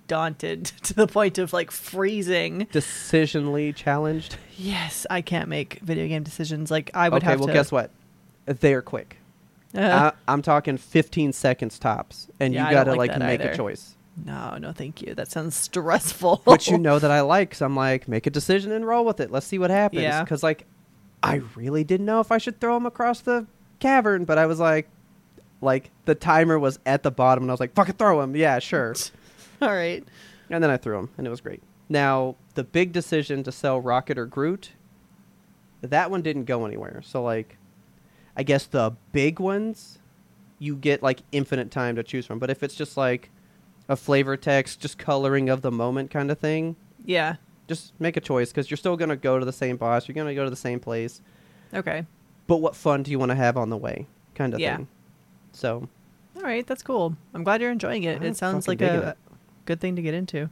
B: daunted to the point of like freezing.
A: Decisionally challenged.
B: Yes, I can't make video game decisions. Like I would
A: okay,
B: have
A: well,
B: to
A: guess what? They're quick.
B: Uh,
A: I, I'm talking 15 seconds tops, and
B: Yeah, I
A: you
B: don't
A: gotta
B: like
A: like,
B: that
A: make
B: either.
A: a choice.
B: No, no, thank you. That sounds stressful.
A: which you know that I like. Cause I'm like, make a decision and roll with it. Let's see what happens.
B: Yeah.
A: Cause like, I really didn't know if I should throw him across the cavern, but I was like, like the timer was at the bottom, and I was like, fucking throw him. Yeah, sure.
B: All right.
A: and then I threw him, and it was great. Now the big decision to sell Rocket or Groot, that one didn't go anywhere. So like, I guess the big ones, you get like infinite time to choose from. But if it's just like a flavor text, just coloring of the moment kind of thing,
B: Yeah.
A: just make a choice because you're still going to go to the same boss you're going to go to the same place
B: Okay.
A: but what fun do you want to have on the way kind of
B: Yeah.
A: thing so
B: All right. That's cool. I'm glad you're enjoying it.
A: I'm
B: It sounds
A: fucking
B: like
A: digging
B: a
A: it.
B: good thing to get into.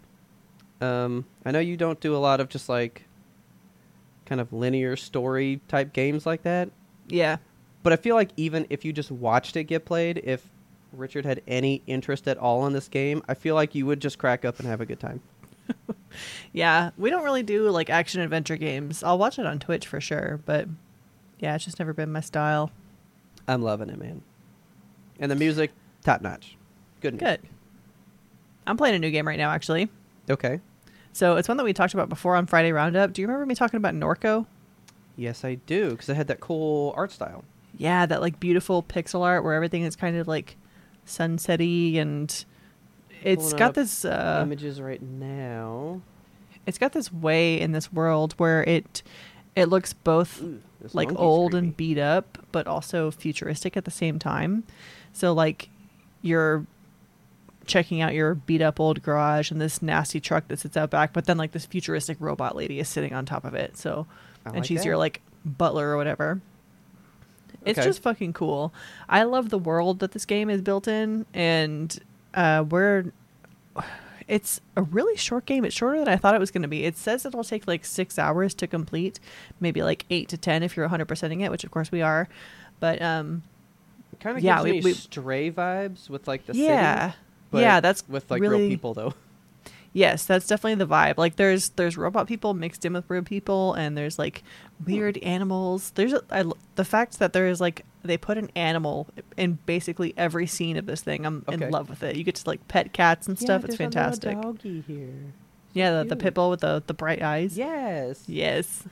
A: um, i know you don't do a lot of just like kind of linear story type games like that
B: Yeah.
A: but i feel like even if you just watched it get played if richard had any interest at all in this game i feel like you would just crack up and have a good time
B: Yeah. We don't really do like action adventure games. I'll watch it on Twitch for sure, but yeah, it's just never been my style.
A: i'm loving it man and the music top notch good music.
B: Good. I'm playing a new game right now, actually.
A: okay
B: So it's one that we talked about before on Friday Roundup. Do you remember me talking about Norco?
A: yes i do because it had that cool art style
B: yeah, that like beautiful pixel art where everything is kind of like sunsetty and it's
A: Pulling up
B: got this uh,
A: images right now.
B: it's got this way in this world where it it looks both
A: this
B: like
A: monkey's
B: old and
A: creepy.
B: beat up but also futuristic at the same time. So like you're checking out your beat up old garage and this nasty truck that sits out back, but then like this futuristic robot lady is sitting on top of it. So
A: I
B: and
A: like
B: she's
A: that.
B: your like butler or whatever. It's
A: Okay.
B: just fucking cool. I love the world that this game is built in, and uh, we're. It's a really short game. It's shorter than I thought it was going to be. It says it'll take like six hours to complete, maybe like eight to ten if you're 100%ing it, which of course we are. But um,
A: It kind of
B: Yeah,
A: gives
B: we-
A: me
B: we-
A: stray vibes with like the
B: yeah,
A: city. but
B: yeah, that's
A: with like
B: really-
A: real people though.
B: Yes, that's definitely the vibe. Like there's there's robot people mixed in with real people, and there's like weird animals. There's a, I, lo- the fact that there is like they put an animal in basically every scene of this thing. I'm
A: Okay.
B: in love with it. You get to like pet cats and stuff. It's fantastic.
A: doggy here.
B: Yeah, the, the pit
A: Cute.
B: bull with the the bright eyes.
A: Yes.
B: Yes,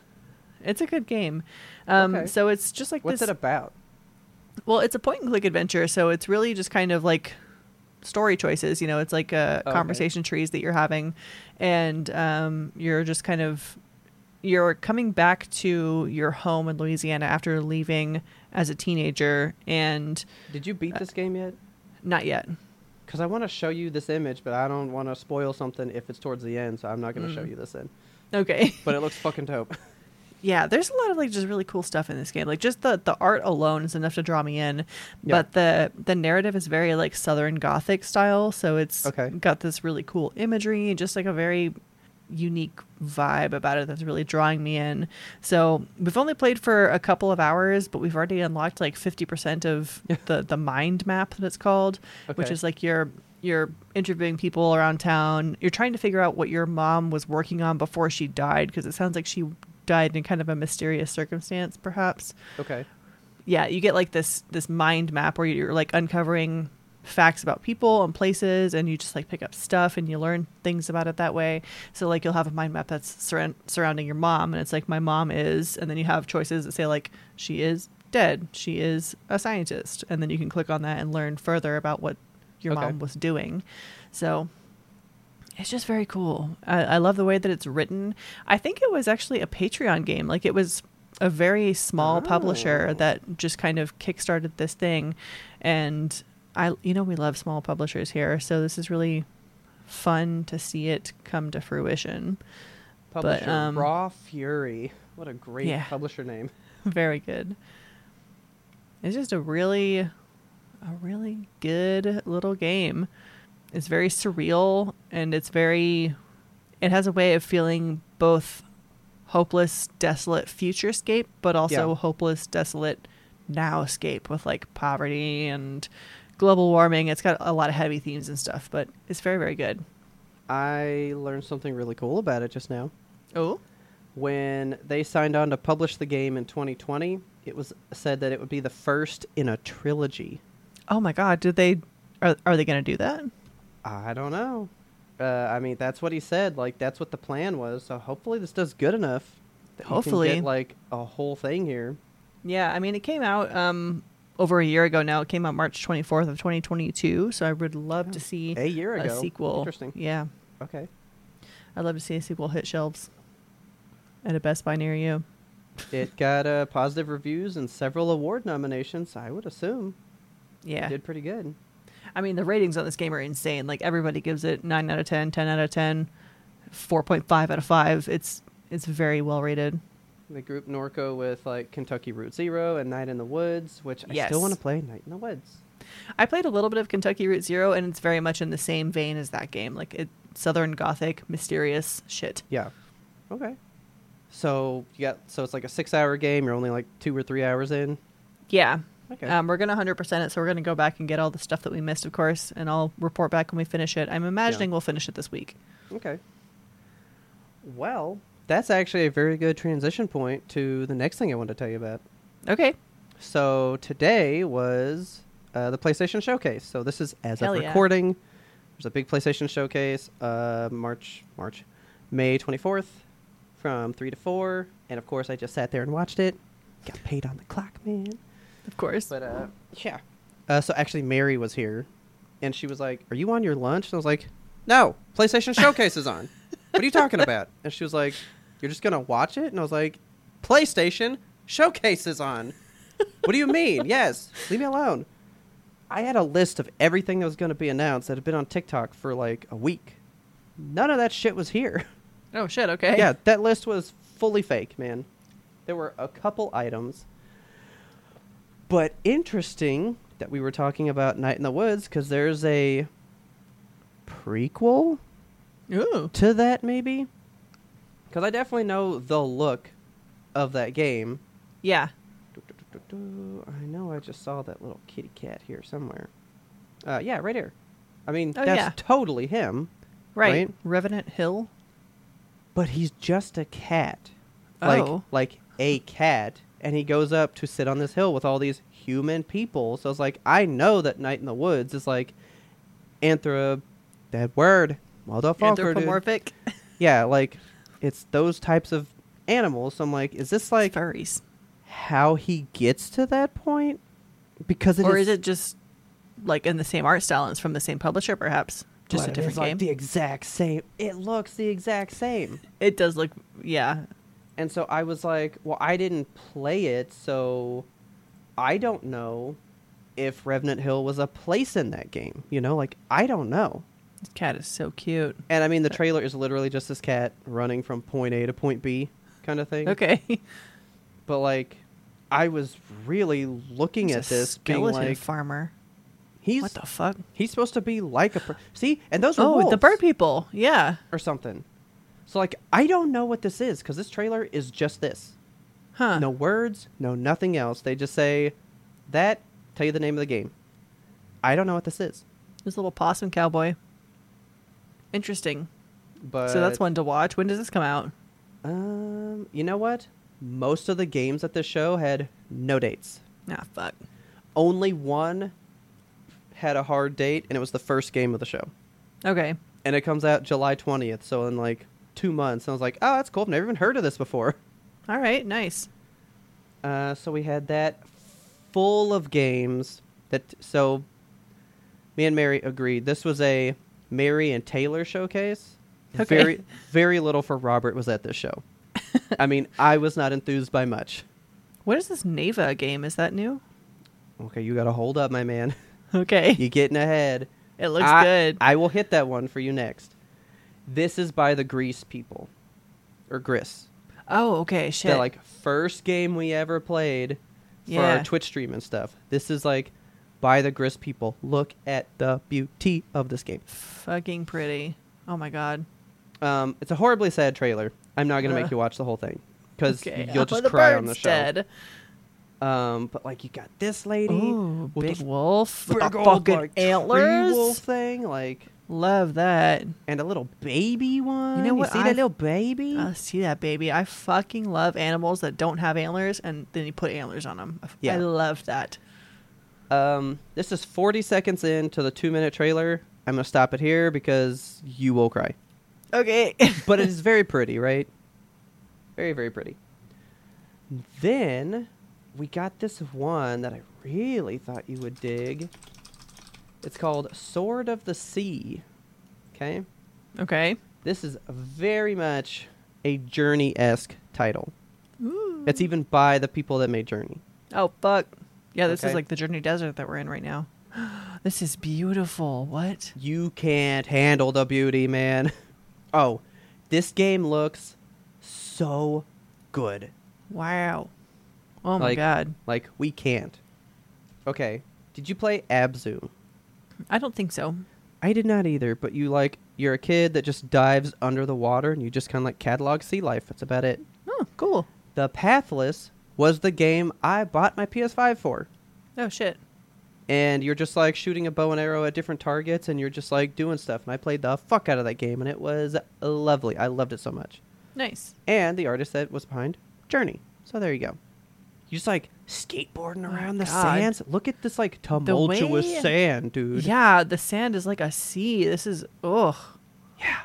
B: it's a good game. Um,
A: Okay.
B: so it's just like
A: What's
B: this,
A: it about?
B: well, it's a point and click adventure, so it's really just kind of like story choices. You know, it's like uh,
A: Okay.
B: conversation trees that you're having, and um, you're just kind of you're coming back to your home in Louisiana after leaving as a teenager, and
A: Did you beat this game yet?
B: not yet.
A: Because I want to show you this image, but I don't want to spoil something if it's towards the end, so I'm not going to show you this in.
B: Okay.
A: But it looks fucking dope.
B: yeah there's a lot of like just really cool stuff in this game like just the the art alone is enough to draw me in
A: Yeah.
B: but the the narrative is very like southern gothic style so it's
A: Okay.
B: got this really cool imagery and just like a very unique vibe about it that's really drawing me in so we've only played for a couple of hours but we've already unlocked like 50% of the the mind map that it's called which
A: Okay.
B: is like your you're interviewing people around town. You're trying to figure out what your mom was working on before she died because it sounds like she died in kind of a mysterious circumstance, perhaps.
A: okay.
B: Yeah, you get like this this mind map where you're like uncovering facts about people and places, and you just like pick up stuff and you learn things about it that way. So like you'll have a mind map that's surra- surrounding your mom, and it's like my mom is, and then you have choices that say like she is dead, she is a scientist, and then you can click on that and learn further about what your
A: Okay.
B: mom was doing. So it's just very cool. I, I love the way that it's written. I think it was actually a Patreon game. Like it was a very small publisher that just kind of kickstarted this thing, and I, you know, we love small publishers here, so this is really fun to see it come to fruition.
A: Publisher
B: um,
A: Raw Fury. What a great
B: Yeah.
A: publisher name.
B: very good. It's just a really, a really good little game. It's very surreal and it's very, it has a way of feeling both hopeless, desolate futurescape, but also
A: Yeah.
B: hopeless, desolate nowscape with like poverty and global warming. It's got a lot of heavy themes and stuff, but it's very, very good.
A: I learned something really cool about it just now.
B: Oh,
A: when they signed on to publish the game in 2020, it was said that it would be the first in a trilogy.
B: oh my God. Did they, are, are they going to do that?
A: I don't know. Uh, I mean, that's what he said. Like, that's what the plan was. So hopefully, this does good enough. That we can
B: Hopefully.
A: get, like a whole thing here.
B: Yeah, I mean, it came out um, over a year ago now. It came out March 24th of 2022. So I would love to see
A: A year ago.
B: sequel.
A: Interesting.
B: Yeah,
A: Okay.
B: I'd love to see a sequel hit shelves at a Best Buy near you.
A: It got uh, positive reviews and several award nominations. I would assume
B: Yeah,
A: it did pretty good.
B: I mean, the ratings on this game are insane. Like everybody gives it 9 out of 10, 10 out of 10, 4.5 out of 5. It's it's very well rated.
A: They grouped Norco with like Kentucky Route Zero and Night in the Woods, which I
B: Yes.
A: still want to play. Night in the Woods.
B: I played a little bit of Kentucky Route Zero, and it's very much in the same vein as that game. Like it, Southern Gothic, mysterious shit.
A: Yeah. Okay. So you got so it's like a six-hour game. You're only like two or three hours in.
B: Yeah.
A: Okay.
B: Um, we're gonna 100% it, so we're gonna go back and get all the stuff that we missed, of course, and I'll report back when we finish it. I'm imagining we'll finish it this week.
A: Okay. Well, that's actually a very good transition point to the next thing I wanted to tell you about.
B: Okay.
A: So today was uh, the PlayStation Showcase. So this is as
B: Hell
A: of
B: yeah.
A: recording. There's a big PlayStation Showcase, uh, March, March, May 24th, from three to four. And of course, I just sat there and watched it. Got paid on the clock, man.
B: Of course.
A: But uh, yeah. Uh, so actually, Mary was here, and she was like, "Are you on your lunch?" And I was like, "No, PlayStation Showcase is on. What are you talking about?" And she was like, "You're just gonna watch it?" And I was like, "PlayStation Showcase is on. What do you mean? yes, leave me alone." I had a list of everything that was going to be announced that had been on TikTok for like a week. None of that shit was here.
B: oh shit. Okay.
A: Yeah, that list was fully fake, man. There were a couple items. But interesting that we were talking about Night in the Woods because there's a prequel
B: Ooh.
A: to that, maybe? Because I definitely know the look of that game.
B: Yeah.
A: I know I just saw that little kitty cat here somewhere. Uh, yeah, right here. I mean,
B: Oh,
A: that's
B: yeah.
A: totally him.
B: Right.
A: Right?
B: Revenant Hill.
A: but he's just a cat like
B: Oh.
A: like a cat and he goes up to sit on this hill with all these human people so it's like i know that night in the woods is like anthrop that word motherfucker, dude.
B: Anthropomorphic.
A: yeah like it's those types of animals so i'm like is this like
B: furries.
A: how he gets to that point because it
B: or is it just like in the same art style and it's from the same publisher perhaps just
A: but
B: a
A: it
B: different
A: is, like,
B: game
A: the exact same it looks the exact same
B: it does look yeah
A: And so I was like, well, I didn't play it, so I don't know if Revenant Hill was a place in that game. You know, like, I don't know.
B: this cat is so cute
A: And I mean,
B: Uh,
A: the trailer is literally just this cat running from point A to point B kind of thing.
B: okay
A: But, like, I was really looking
B: He's a
A: at this, being
B: skeleton
A: like,
B: farmer
A: he's,
B: what the fuck
A: he's supposed to be like a. Per- See? And those are
B: oh the
A: wolves
B: bird people yeah
A: Or something. So, like, I don't know what this is, because this trailer is just this.
B: huh
A: No words, no nothing else. They just say that, tell you the name of the game. I don't know what this is.
B: this little possum cowboy interesting
A: But
B: so that's one to watch when does this come out
A: Um, you know what? Most of the games at this show had no dates.
B: ah fuck
A: Only one had a hard date and it was the first game of the show.
B: okay
A: And it comes out July 20th, so in like 2 months. And I was like, "Oh, that's cool. I've never even heard of this before."
B: all right nice
A: Uh, so we had that full of games that so me and Mary agreed this was a Mary and Taylor showcase.
B: Okay.
A: Very very little for Robert was at this show. I mean, I was not enthused by much.
B: what is this neva game is that new
A: Okay, you got to hold up, my man.
B: okay
A: You're getting ahead.
B: it looks
A: I-
B: good
A: I will hit that one for you next. This is by the Grease people or Gris.
B: oh okay
A: the
B: shit
A: like first game we ever played for
B: Yeah.
A: our Twitch stream and stuff. This is like by the grist people. Look at the beauty of this game.
B: fucking pretty oh my god
A: Um, it's a horribly sad trailer. I'm not gonna
B: Ugh.
A: make you watch the whole thing because
B: Okay.
A: you'll
B: Oh,
A: just
B: the
A: cry on the
B: bird's
A: show.
B: dead.
A: Um, but like you got this lady
B: Ooh,
A: with
B: big
A: those
B: wolf with
A: big
B: the
A: old,
B: fucking
A: like, tree
B: antlers.
A: wolf thing, like
B: Love that.
A: and a little baby one.
B: what? Uh,
A: see
B: I-
A: that little baby?
B: I Oh, see that baby. I fucking love animals that don't have antlers, and then you put antlers on them.
A: Yeah.
B: I love that.
A: Um, this is 40 seconds into the two minute trailer. I'm gonna stop it here because you will cry.
B: Okay.
A: But it is very pretty, right? Very, very pretty. Then we got this one that I really thought you would dig. It's called Sword of the Sea. Okay?
B: okay.
A: This is very much a Journey esque title.
B: Ooh.
A: It's even by the people that made Journey.
B: Oh fuck. Yeah, this
A: Okay.
B: is like the Journey Desert that we're in right now. this is beautiful. What?
A: You can't handle the beauty, man. Oh, this game looks so good.
B: Wow. Oh my
A: Like-
B: god.
A: Like, we can't. Okay, did you play Abzu?
B: I don't think so.
A: I did not either, but you like, you're a kid that just dives under the water and you just kind of like catalog sea life. That's about it.
B: Oh, cool.
A: The Pathless was the game I bought my PS5 for.
B: Oh shit.
A: and you're just like shooting a bow and arrow at different targets and you're just like doing stuff and i played the fuck out of that game and it was lovely i loved it so much
B: Nice.
A: and the artist that was behind journey so there you go you're just like skateboarding around the
B: God.
A: sands look at this like tumultuous
B: way-
A: sand dude
B: Yeah, the sand is like a sea. This is ugh.
A: Yeah.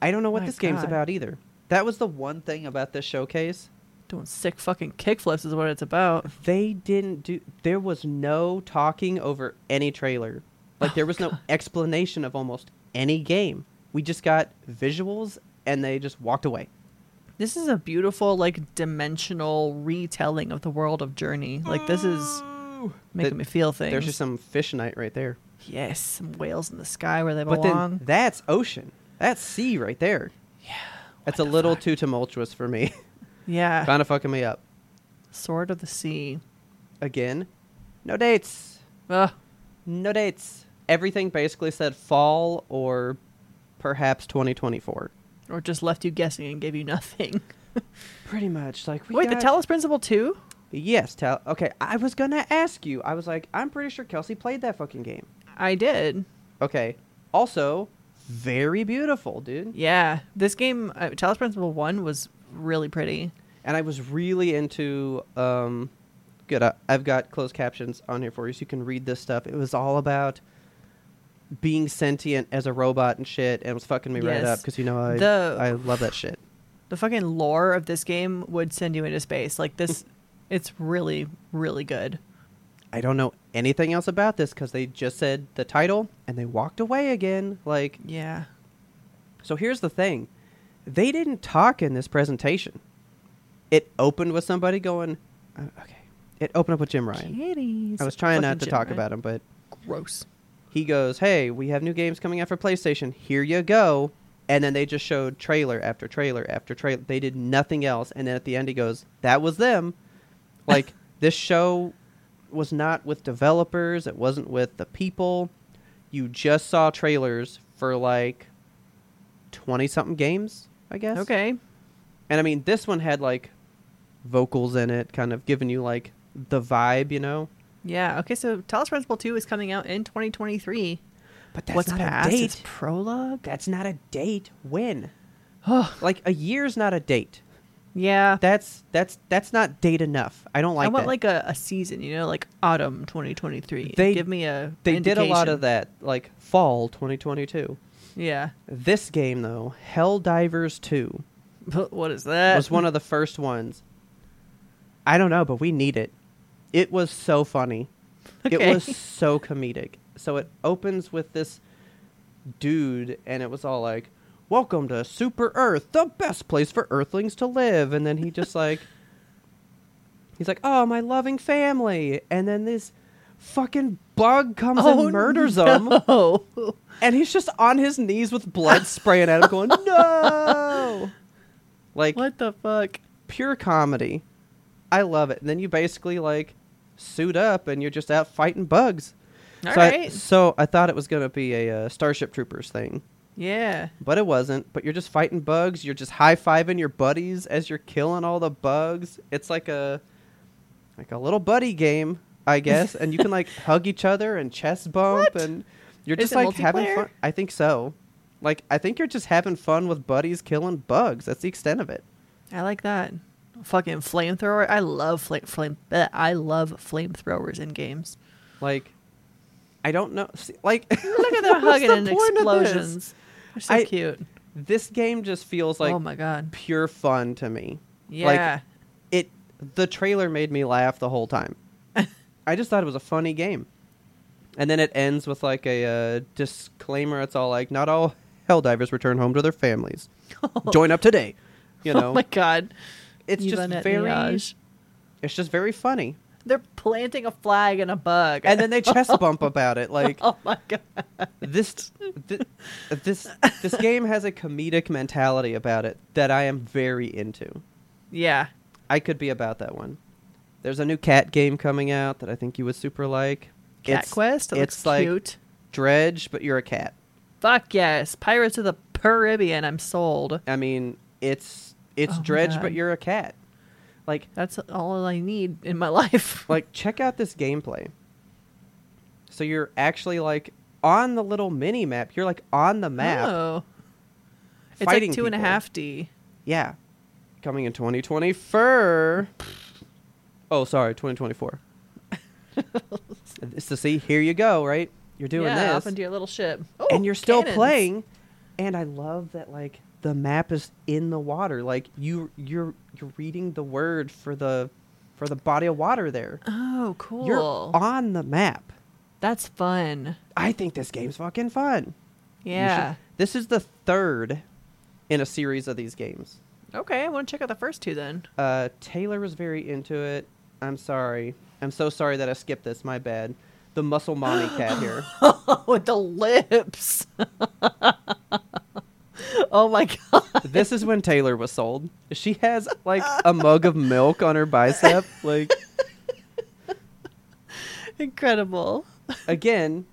A: i don't know what
B: My
A: this game's
B: God.
A: about either that was the one thing about this showcase
B: Doing sick fucking kickflips is what it's about.
A: they didn't do there was no talking over any trailer like
B: Oh,
A: there was no explanation of almost any game we just got visuals and they just walked away
B: This is a beautiful, like, dimensional retelling of the world of Journey. Like, this is making
A: That-
B: me feel things.
A: there's just some fish night right there
B: yes, some whales in the sky where they
A: but
B: belong.
A: then that's ocean that's sea right there yeah that's a
B: what the
A: little
B: fuck?
A: too tumultuous for me
B: yeah,
A: kind of fucking me up
B: Sword of the Sea.
A: again no dates
B: Ugh.
A: no dates everything basically said fall or perhaps 2024
B: Or just left you guessing and gave you nothing.
A: pretty much like we
B: Wait,
A: got-
B: the Talos Principle too?
A: Yes, tell. Okay, I was gonna ask you. I was like, I'm pretty sure Kelsey played that fucking game.
B: I did.
A: Okay. Also, very beautiful, dude.
B: Yeah, this game, uh, Talos Principle One, was really pretty.
A: And I was really into. Um, good. I, I've got closed captions on here for you, so you can read this stuff. It was all about being sentient as a robot and shit, and it was fucking me right
B: Yes.
A: up because you know I
B: The-
A: I love that shit.
B: The fucking lore of this game would send you into space. Like this, it's really, really good.
A: I don't know anything else about this because they just said the title and they walked away again. Like,
B: Yeah.
A: So here's the thing they didn't talk in this presentation. It opened with somebody going, uh, okay. It opened up with Jim Ryan.
B: Kitties.
A: I was trying not
B: Fucking
A: to
B: Jim
A: talk
B: Ryan.
A: about him, but
B: Gross.
A: he goes, hey, we have new games coming out for PlayStation. Here you go. And then they just showed trailer after trailer after trailer. They did nothing else. And then at the end, he goes, that was them. Like, this show was not with developers, it wasn't with the people. You just saw trailers for like 20 something games, I guess.
B: Okay.
A: And I mean, this one had like vocals in it, kind of giving you like the vibe, you know?
B: Yeah. Okay. So Talos Principle Two is coming out in 2023.
A: But that's
B: What's
A: not
B: past
A: a
B: is
A: date.
B: prologue.
A: That's not a date. When?
B: Oh,
A: Like a year's not a date.
B: yeah.
A: That's that's that's not date enough. I don't like
B: I want
A: that.
B: like a, a season. You know, like autumn 2023.
A: They-
B: give me a.
A: they did a lot
B: indication.
A: of that, like fall 2022.
B: Yeah.
A: This game though, Helldivers 2,
B: But what is that?
A: was one of the first ones. I don't know, but we need it. It was so funny.
B: Okay.
A: It was so comedic. So it opens with this dude, and it was all like, "Welcome to Super Earth, the best place for Earthlings to live." And then he just like, he's like, "Oh, my loving family," and then this fucking bug comes
B: Oh,
A: and murders him,
B: no.
A: and he's just on his knees with blood spraying at him, going, "No!" Like
B: What the fuck?
A: pure comedy. I love it. And then you basically like suit up and you're just out fighting bugs.
B: All
A: so, I,
B: right.
A: so I thought it was going to be a uh, Starship Troopers thing,
B: Yeah.
A: but it wasn't. But you're just fighting bugs. You're just high fiving your buddies as you're killing all the bugs. It's like a like a little buddy game, I guess. and you can like hug each other and chest bump,
B: What?
A: and you're
B: Is
A: just
B: it
A: like having
B: multiplayer?
A: fun. I think so. Like I think you're just having fun with buddies killing bugs. That's the extent of it.
B: I like that. Fucking flamethrower. I love flame flame. bleh, I love flamethrowers in games.
A: Like I don't know. See, like,
B: Look at them hugging
A: the
B: and
A: point of this?
B: explosions. They're so
A: I-
B: cute.
A: this game just feels like
B: oh my god.
A: pure fun to me.
B: Yeah.
A: It the trailer made me laugh the whole time. I just thought it was a funny game. And then it ends with like a uh, disclaimer. It's all like, not all Helldivers return home to their families. Join up today. You know,
B: oh my god.
A: it's just
B: Yvonne
A: very,
B: Miage.
A: it's just very funny.
B: They're planting a flag and a bug.
A: And then they chest bump about it. Like
B: oh my god.
A: this, th- this, this game has a comedic mentality about it that I am very into.
B: Yeah.
A: I could be about that one. There's a new cat game coming out that I think you would super like.
B: Cat
A: It's-
B: Quest. It
A: it's
B: looks
A: like
B: cute.
A: Dredge, but you're a cat.
B: Fuck yes. Pirates of the Caribbean. I'm sold.
A: I mean, it's it's
B: Oh my
A: Dredge,
B: God.
A: but you're a cat. Like
B: That's all I need in my life.
A: like check out this gameplay. So you're actually like on the little mini map. You're like on the map.
B: Oh. It's
A: fighting
B: like two and a
A: people.
B: half D.
A: Yeah. Coming in 2020 fur. Oh, sorry, 2024. it's to see. Here you go, right? You're doing
B: yeah,
A: this.
B: Off into your little ship. Oh,
A: and you're still
B: cannons.
A: playing and i love that like the map is in the water like you you're you're reading the word for the for the body of water there
B: Oh, cool.
A: you're on the map
B: That's fun.
A: i think this game's fucking fun You should-
B: Yeah.
A: this is the third in a series of these games
B: Okay, I want to check out the first two then.
A: uh taylor was very into it i'm sorry i'm so sorry that i skipped this my bad the muscle mommy cat here Oh,
B: With the lips. oh my god.
A: this is when Taylor was sold. She has like a mug of milk on her bicep. Like
B: Incredible.
A: again,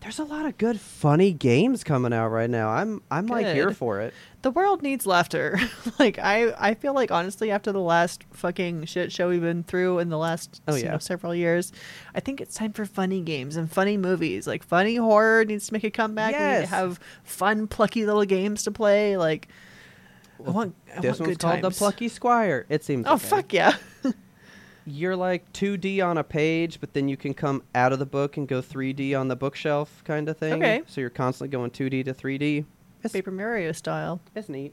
A: there's a lot of good funny games coming out right now. I'm I'm like here
B: Good.
A: for it.
B: The world needs laughter. like I I feel like honestly after the last fucking shit show we've been through in the last
A: Oh,
B: you
A: yeah.
B: know, several years, I think it's time for funny games and funny movies. Like funny horror needs to make a comeback. We need
A: Yes.
B: to have fun plucky little games to play like I want I
A: this
B: want
A: one's
B: good
A: called
B: times.
A: the Plucky Squire. It seems.
B: Oh
A: okay.
B: fuck yeah.
A: You're like 2D on a page, but then you can come out of the book and go 3D on the bookshelf, kind of thing.
B: Okay.
A: So you're constantly going 2D to 3D. It's
B: Paper Mario style.
A: It's neat.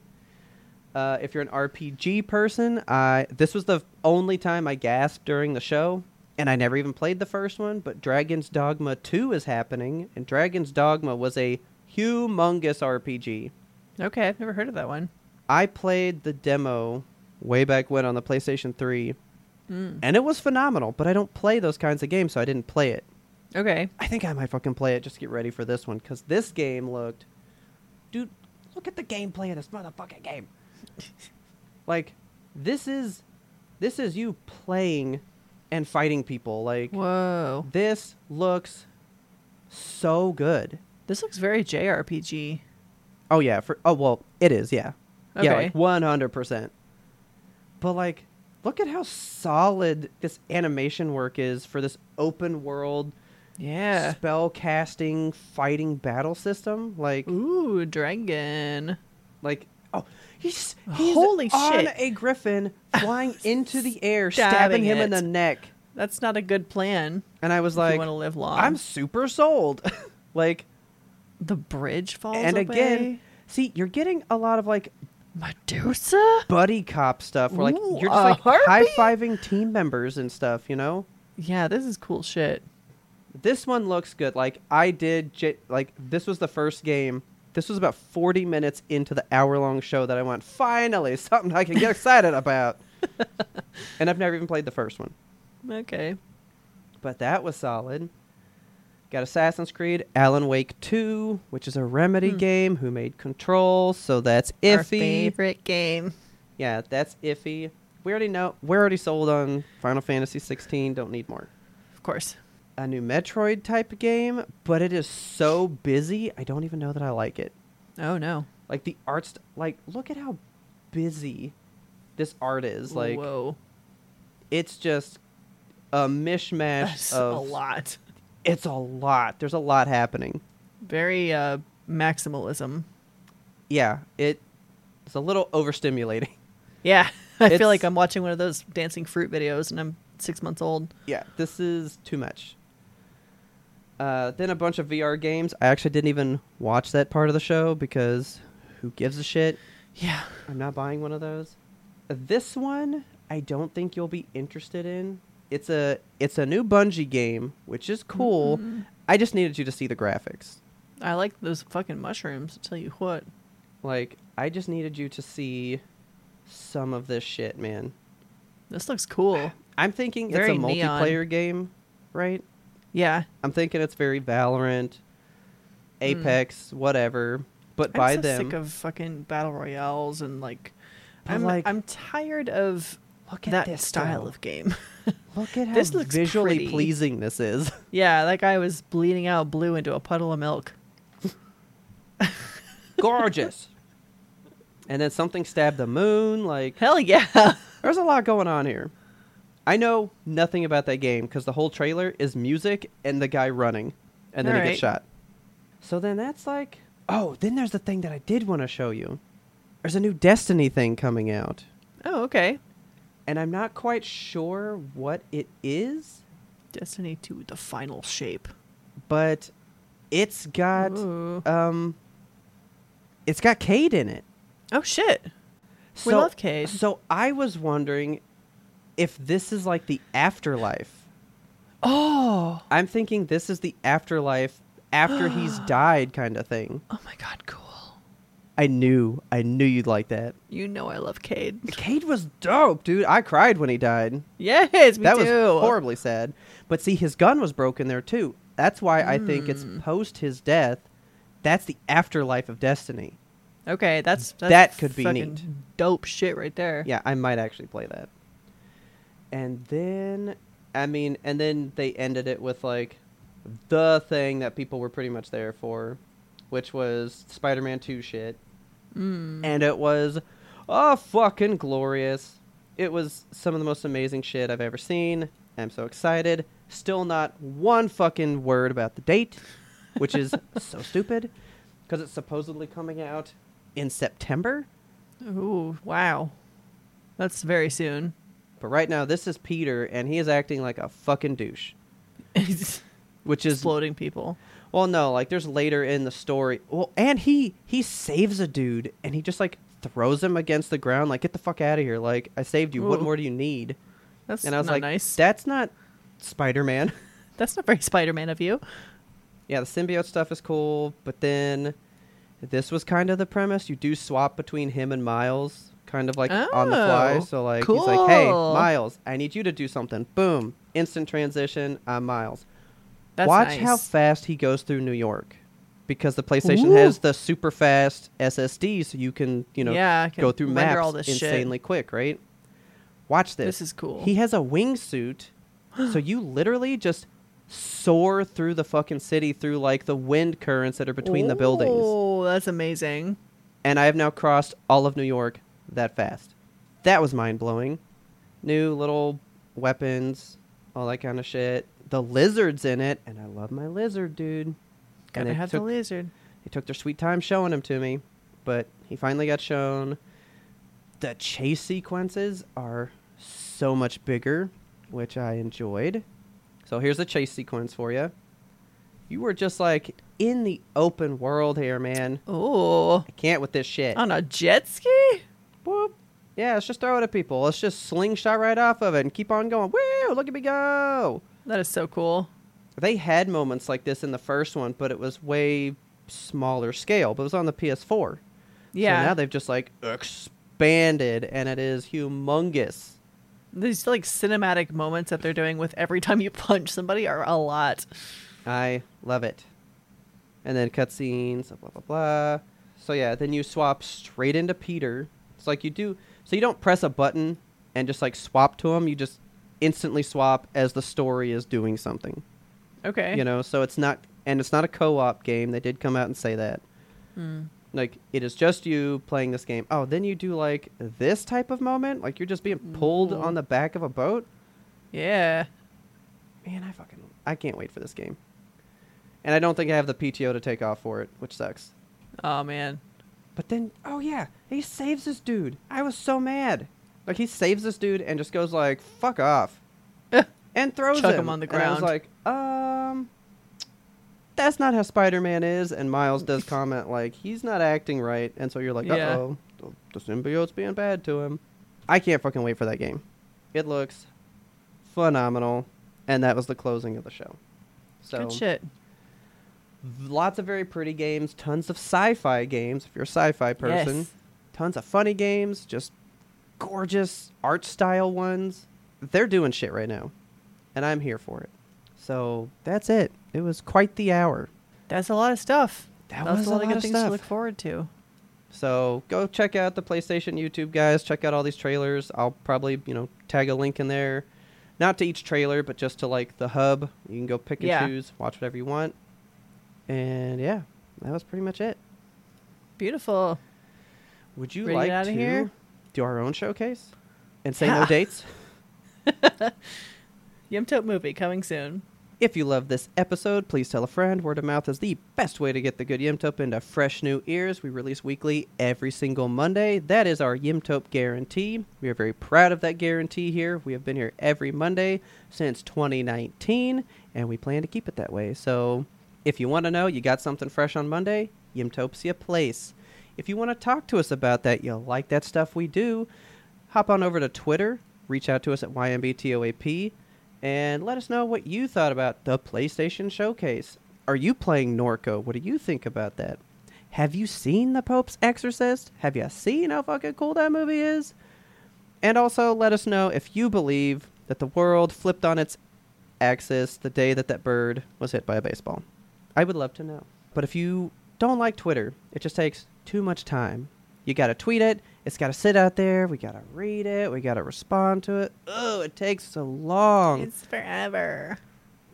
A: Uh, if you're an RPG person, I this was the only time I gasped during the show, and I never even played the first one. But Dragon's Dogma Two is happening, and Dragon's Dogma was a humongous RPG.
B: Okay, I've never heard of that one.
A: I played the demo way back when on the PlayStation Three, and it was phenomenal. But I don't play those kinds of games, so I didn't play it.
B: Okay.
A: I think I might fucking play it just to get ready for this one because this game looked, dude. Look at the gameplay of this motherfucking game. like, this is, this is you playing, and fighting people. Like,
B: Whoa.
A: this looks so good.
B: This looks very JRPG.
A: Oh yeah, for oh well, it is yeah, yeah,
B: Okay.
A: like one hundred percent. But like, look at how solid this animation work is for this open world
B: Yeah.
A: spell casting fighting battle system like
B: Ooh, dragon.
A: like oh he's, he's
B: Holy
A: on
B: shit.
A: a griffin flying into the air stabbing
B: Stabbing
A: him in
B: it.
A: the neck
B: That's not a good plan.
A: and i was
B: if you
A: like
B: want to live long.
A: i'm super sold like
B: the bridge falls
A: and again
B: away.
A: see you're getting a lot of like
B: Medusa.
A: buddy cop stuff where like
B: Ooh,
A: you're
B: a
A: just like
B: harpy?
A: high-fiving team members and stuff you know
B: Yeah, this is cool shit.
A: this one looks good like i did j- like this was the first game this was about 40 minutes into the hour-long show that i went finally something i can get excited about and i've never even played the first one
B: Okay.
A: but that was solid got assassin's creed alan wake 2 which is a remedy game who made control so that's iffy
B: Hmm. Our favorite game.
A: yeah that's iffy we already know we're already sold on final fantasy 16 don't need more
B: Of course.
A: a new Metroid type game, but it is so busy. I don't even know that I like it.
B: Oh no.
A: Like the art's like look at how busy this art is. Like
B: whoa.
A: it's just a mishmash
B: That's
A: of
B: a lot.
A: It's a lot. There's a lot happening.
B: Very uh maximalism.
A: Yeah, it it's a little overstimulating.
B: Yeah. I
A: It's-
B: feel like I'm watching one of those dancing fruit videos and I'm six months old.
A: Yeah, this is too much. Uh, then a bunch of VR games. I actually didn't even watch that part of the show because who gives a shit?
B: Yeah.
A: I'm not buying one of those. This one, I don't think you'll be interested in. It's a it's a new Bungie game, which is cool.
B: Mm-hmm.
A: I just needed you to see the graphics.
B: I like those fucking mushrooms, tell you what.
A: Like I just needed you to see some of this shit, man.
B: This looks cool.
A: I'm thinking
B: Very
A: it's a
B: neon.
A: multiplayer game, right?
B: Yeah.
A: I'm thinking it's very Valorant, Apex, whatever. But by
B: Hmm. I'm so
A: them,
B: sick of fucking battle royales and like
A: But,
B: I'm
A: like,
B: I'm tired of
A: look at
B: that
A: this
B: style
A: though.
B: of game.
A: look at how
B: this looks
A: visually
B: pretty.
A: pleasing this is.
B: yeah, that guy was bleeding out blue into a puddle of milk.
A: Gorgeous. and then something stabbed the moon. Like
B: Hell yeah.
A: there's a lot going on here. I know nothing about that game because the whole trailer is music and the guy running, and then he gets
B: Alright.
A: shot. So then that's like, oh, then there's the thing that I did want to show you. There's a new Destiny thing coming out.
B: oh, okay.
A: and I'm not quite sure what it is,
B: Destiny 2 the final shape.
A: but it's got
B: Ooh.
A: um, it's got Cade in it.
B: Oh shit. We love Cade.
A: So I was wondering if this is like the afterlife.
B: Oh.
A: I'm thinking this is the afterlife after he's died, kind of thing.
B: Oh my god, cool.
A: I knew, I knew you'd like that.
B: You know I love Cade.
A: Cade was dope, dude. I cried when he died.
B: Yes, me
A: that
B: too.
A: was horribly sad. But see, his gun was broken there too. That's why I think it's
B: Hmm.
A: post his death. That's the afterlife of Destiny.
B: Okay, that's, that's
A: That could be
B: fucking Dope shit right there.
A: Yeah, I might actually play that. And then, I mean, and then they ended it with like the thing that people were pretty much there for, which was Spider-Man Two shit.
B: Mm.
A: and it was oh fucking glorious it was some of the most amazing shit i've ever seen i'm so excited still not one fucking word about the date which is so stupid because it's supposedly coming out in september
B: Ooh, wow. That's very soon.
A: but right now this is peter and he is acting like a fucking douche which is
B: Exploding people.
A: well no like there's later in the story well and he he saves a dude and he just like throws him against the ground like get the fuck out of here like i saved you what
B: Ooh.
A: more do you need
B: That's
A: and I was
B: not
A: like,
B: nice.
A: "That's not Spider-Man."
B: That's not very Spider-Man of you.
A: yeah, the symbiote stuff is cool, but then this was kind of the premise. You do swap between him and Miles, kind of like on the fly.
B: Oh,
A: So like he's like, "Hey,
B: cool.
A: Miles, I need you to do something." Boom, instant transition. I'm Miles.
B: That's
A: Watch
B: nice.
A: how fast he goes through New York, because the PlayStation
B: Ooh.
A: has the super fast SSD, so you can you know
B: Yeah, I can
A: go through
B: render
A: maps
B: all this shit.
A: insanely quick, right? Watch this.
B: This is cool.
A: He has a wingsuit, so you literally just soar through the fucking city through like the wind currents that are between the buildings.
B: Oh, that's amazing.
A: And I have now crossed all of New York that fast. That was mind blowing. New little weapons, all that kind of shit. The lizards in it, and I love my lizard, dude. And
B: Gotta
A: it
B: have
A: took-
B: the lizard.
A: they took their sweet time showing him to me, but he finally got shown. The chase sequences are so much bigger, which I enjoyed. So here's a chase sequence for you. You were just like in the open world here, man.
B: Oh,
A: I can't with this shit.
B: on a jet ski?
A: Whoop. Yeah, let's just throw it at people. Let's just slingshot right off of it and keep on going. Woo! Look at me go!
B: That is so cool.
A: they had moments like this in the first one, but it was way smaller scale. But it was on the PS4.
B: Yeah.
A: So now they've just like expanded, and it is humongous.
B: These like cinematic moments that they're doing with every time you punch somebody are a lot.
A: I love it. And then cutscenes, blah blah blah. So yeah, then you swap straight into Peter. It's like you do. So you don't press a button and just like swap to him. You just instantly swap as the story is doing something.
B: Okay.
A: you know so it's not and it's not a co-op game they did come out and say that like it is just you playing this game oh then you do like this type of moment like you're just being pulled
B: Ooh.
A: on the back of a boat
B: Yeah.
A: man i fucking i can't wait for this game and i don't think i have the pto to take off for it which sucks
B: Oh man.
A: but then oh yeah he saves this dude i was so mad like he saves this dude and just goes like fuck off and throws
B: Chuck
A: him
B: him on the
A: And I was
B: ground.
A: like, um, that's not how Spider-Man is. And Miles does comment like he's not acting right, and so you're like, uh
B: Yeah.
A: oh, the symbiote's being bad to him. I can't fucking wait for that game. It looks phenomenal, and that was the closing of the show. So
B: Good shit.
A: lots of very pretty games, tons of sci-fi games. If you're a sci-fi person,
B: Yes.
A: tons of funny games, just gorgeous art style ones. They're doing shit right now, and I'm here for it. So that's it. It was quite the hour.
B: That's a lot of stuff.
A: That
B: That's
A: was
B: a lot, of good things to
A: stuff.
B: look forward to.
A: So go check out the PlayStation YouTube guys. Check out all these trailers. I'll probably you know tag a link in there, not to each trailer, but just to like the hub. You can go pick and
B: Yeah.
A: choose, watch whatever you want, and yeah, that was pretty much it.
B: Beautiful.
A: Would you
B: Ready to
A: like
B: get outta
A: to
B: here?
A: do our own showcase and say no
B: Yeah.
A: dates?
B: Yumtope movie coming soon.
A: If you love this episode, please tell a friend. Word of mouth is the best way to get the good Yimtope into fresh new ears. We release weekly every single Monday. That is our Yimtope guarantee. We are very proud of that guarantee here. We have been here every Monday since 2019, and we plan to keep it that way. So if you want to know, you got something fresh on Monday, Yimtope's your place. If you want to talk to us about that, you'll like that stuff we do, hop on over to Twitter, reach out to us at YMBTOAP, and let us know what you thought about the PlayStation Showcase. Are you playing Norco? What do you think about that? Have you seen The Pope's Exorcist? Have you seen how fucking cool that movie is? And also let us know if you believe that the world flipped on its axis the day that that bird was hit by a baseball. I would love to know. But if you don't like Twitter, it just takes too much time. You got to tweet it, it's got to sit out there, we got to read it, we got to respond to it. Oh, it takes so long
B: It's forever.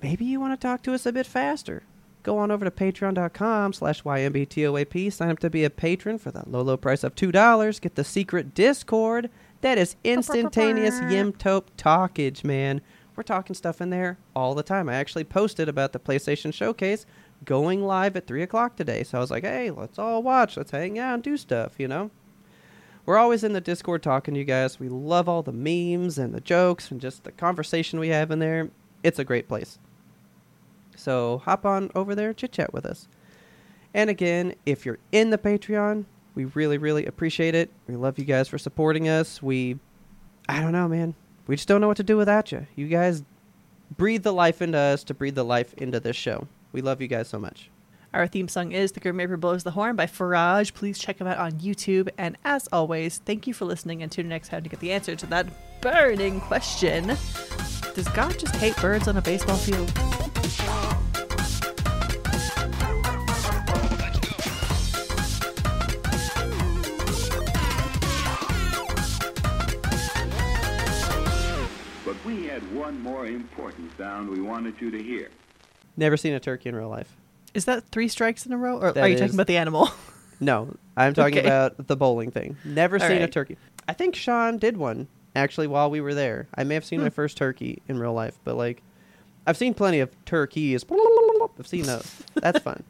A: maybe you want to talk to us a bit faster go on over to patreon.com slash ymbtoap sign up to be a patron for the low low price of $2 get the secret discord that is instantaneous yimtope talkage man we're talking stuff in there all the time i actually posted about the playstation showcase going live at 3 o'clock today so i was like hey let's all watch let's hang out and do stuff you know we're always in the Discord talking to you guys. We love all the memes and the jokes and just the conversation we have in there. It's a great place. So hop on over there, chit chat with us. And again, if you're in the Patreon, we really, really appreciate it. We love you guys for supporting us. We, I don't know, man. We just don't know what to do without you. You guys breathe the life into us to breathe the life into this show. We love you guys so much.
B: Our theme song is The Grim Reaper Blows the Horn by Faraj. Please check him out on YouTube. And as always, thank you for listening and tune in next time to get the answer to that burning question Does God just hate birds on a baseball field?
C: But we had one more important sound we wanted you to hear.
A: Never seen a turkey in real life.
B: Is that three strikes in a row? Or
A: That
B: are you
A: is-
B: talking about the animal?
A: No, I'm talking
B: Okay.
A: about the bowling thing. Never
B: All
A: seen a
B: right.
A: turkey. I think Sean did one actually while we were there. I may have seen my first turkey in real life, but like I've seen plenty of turkeys. I've seen those. That's fun.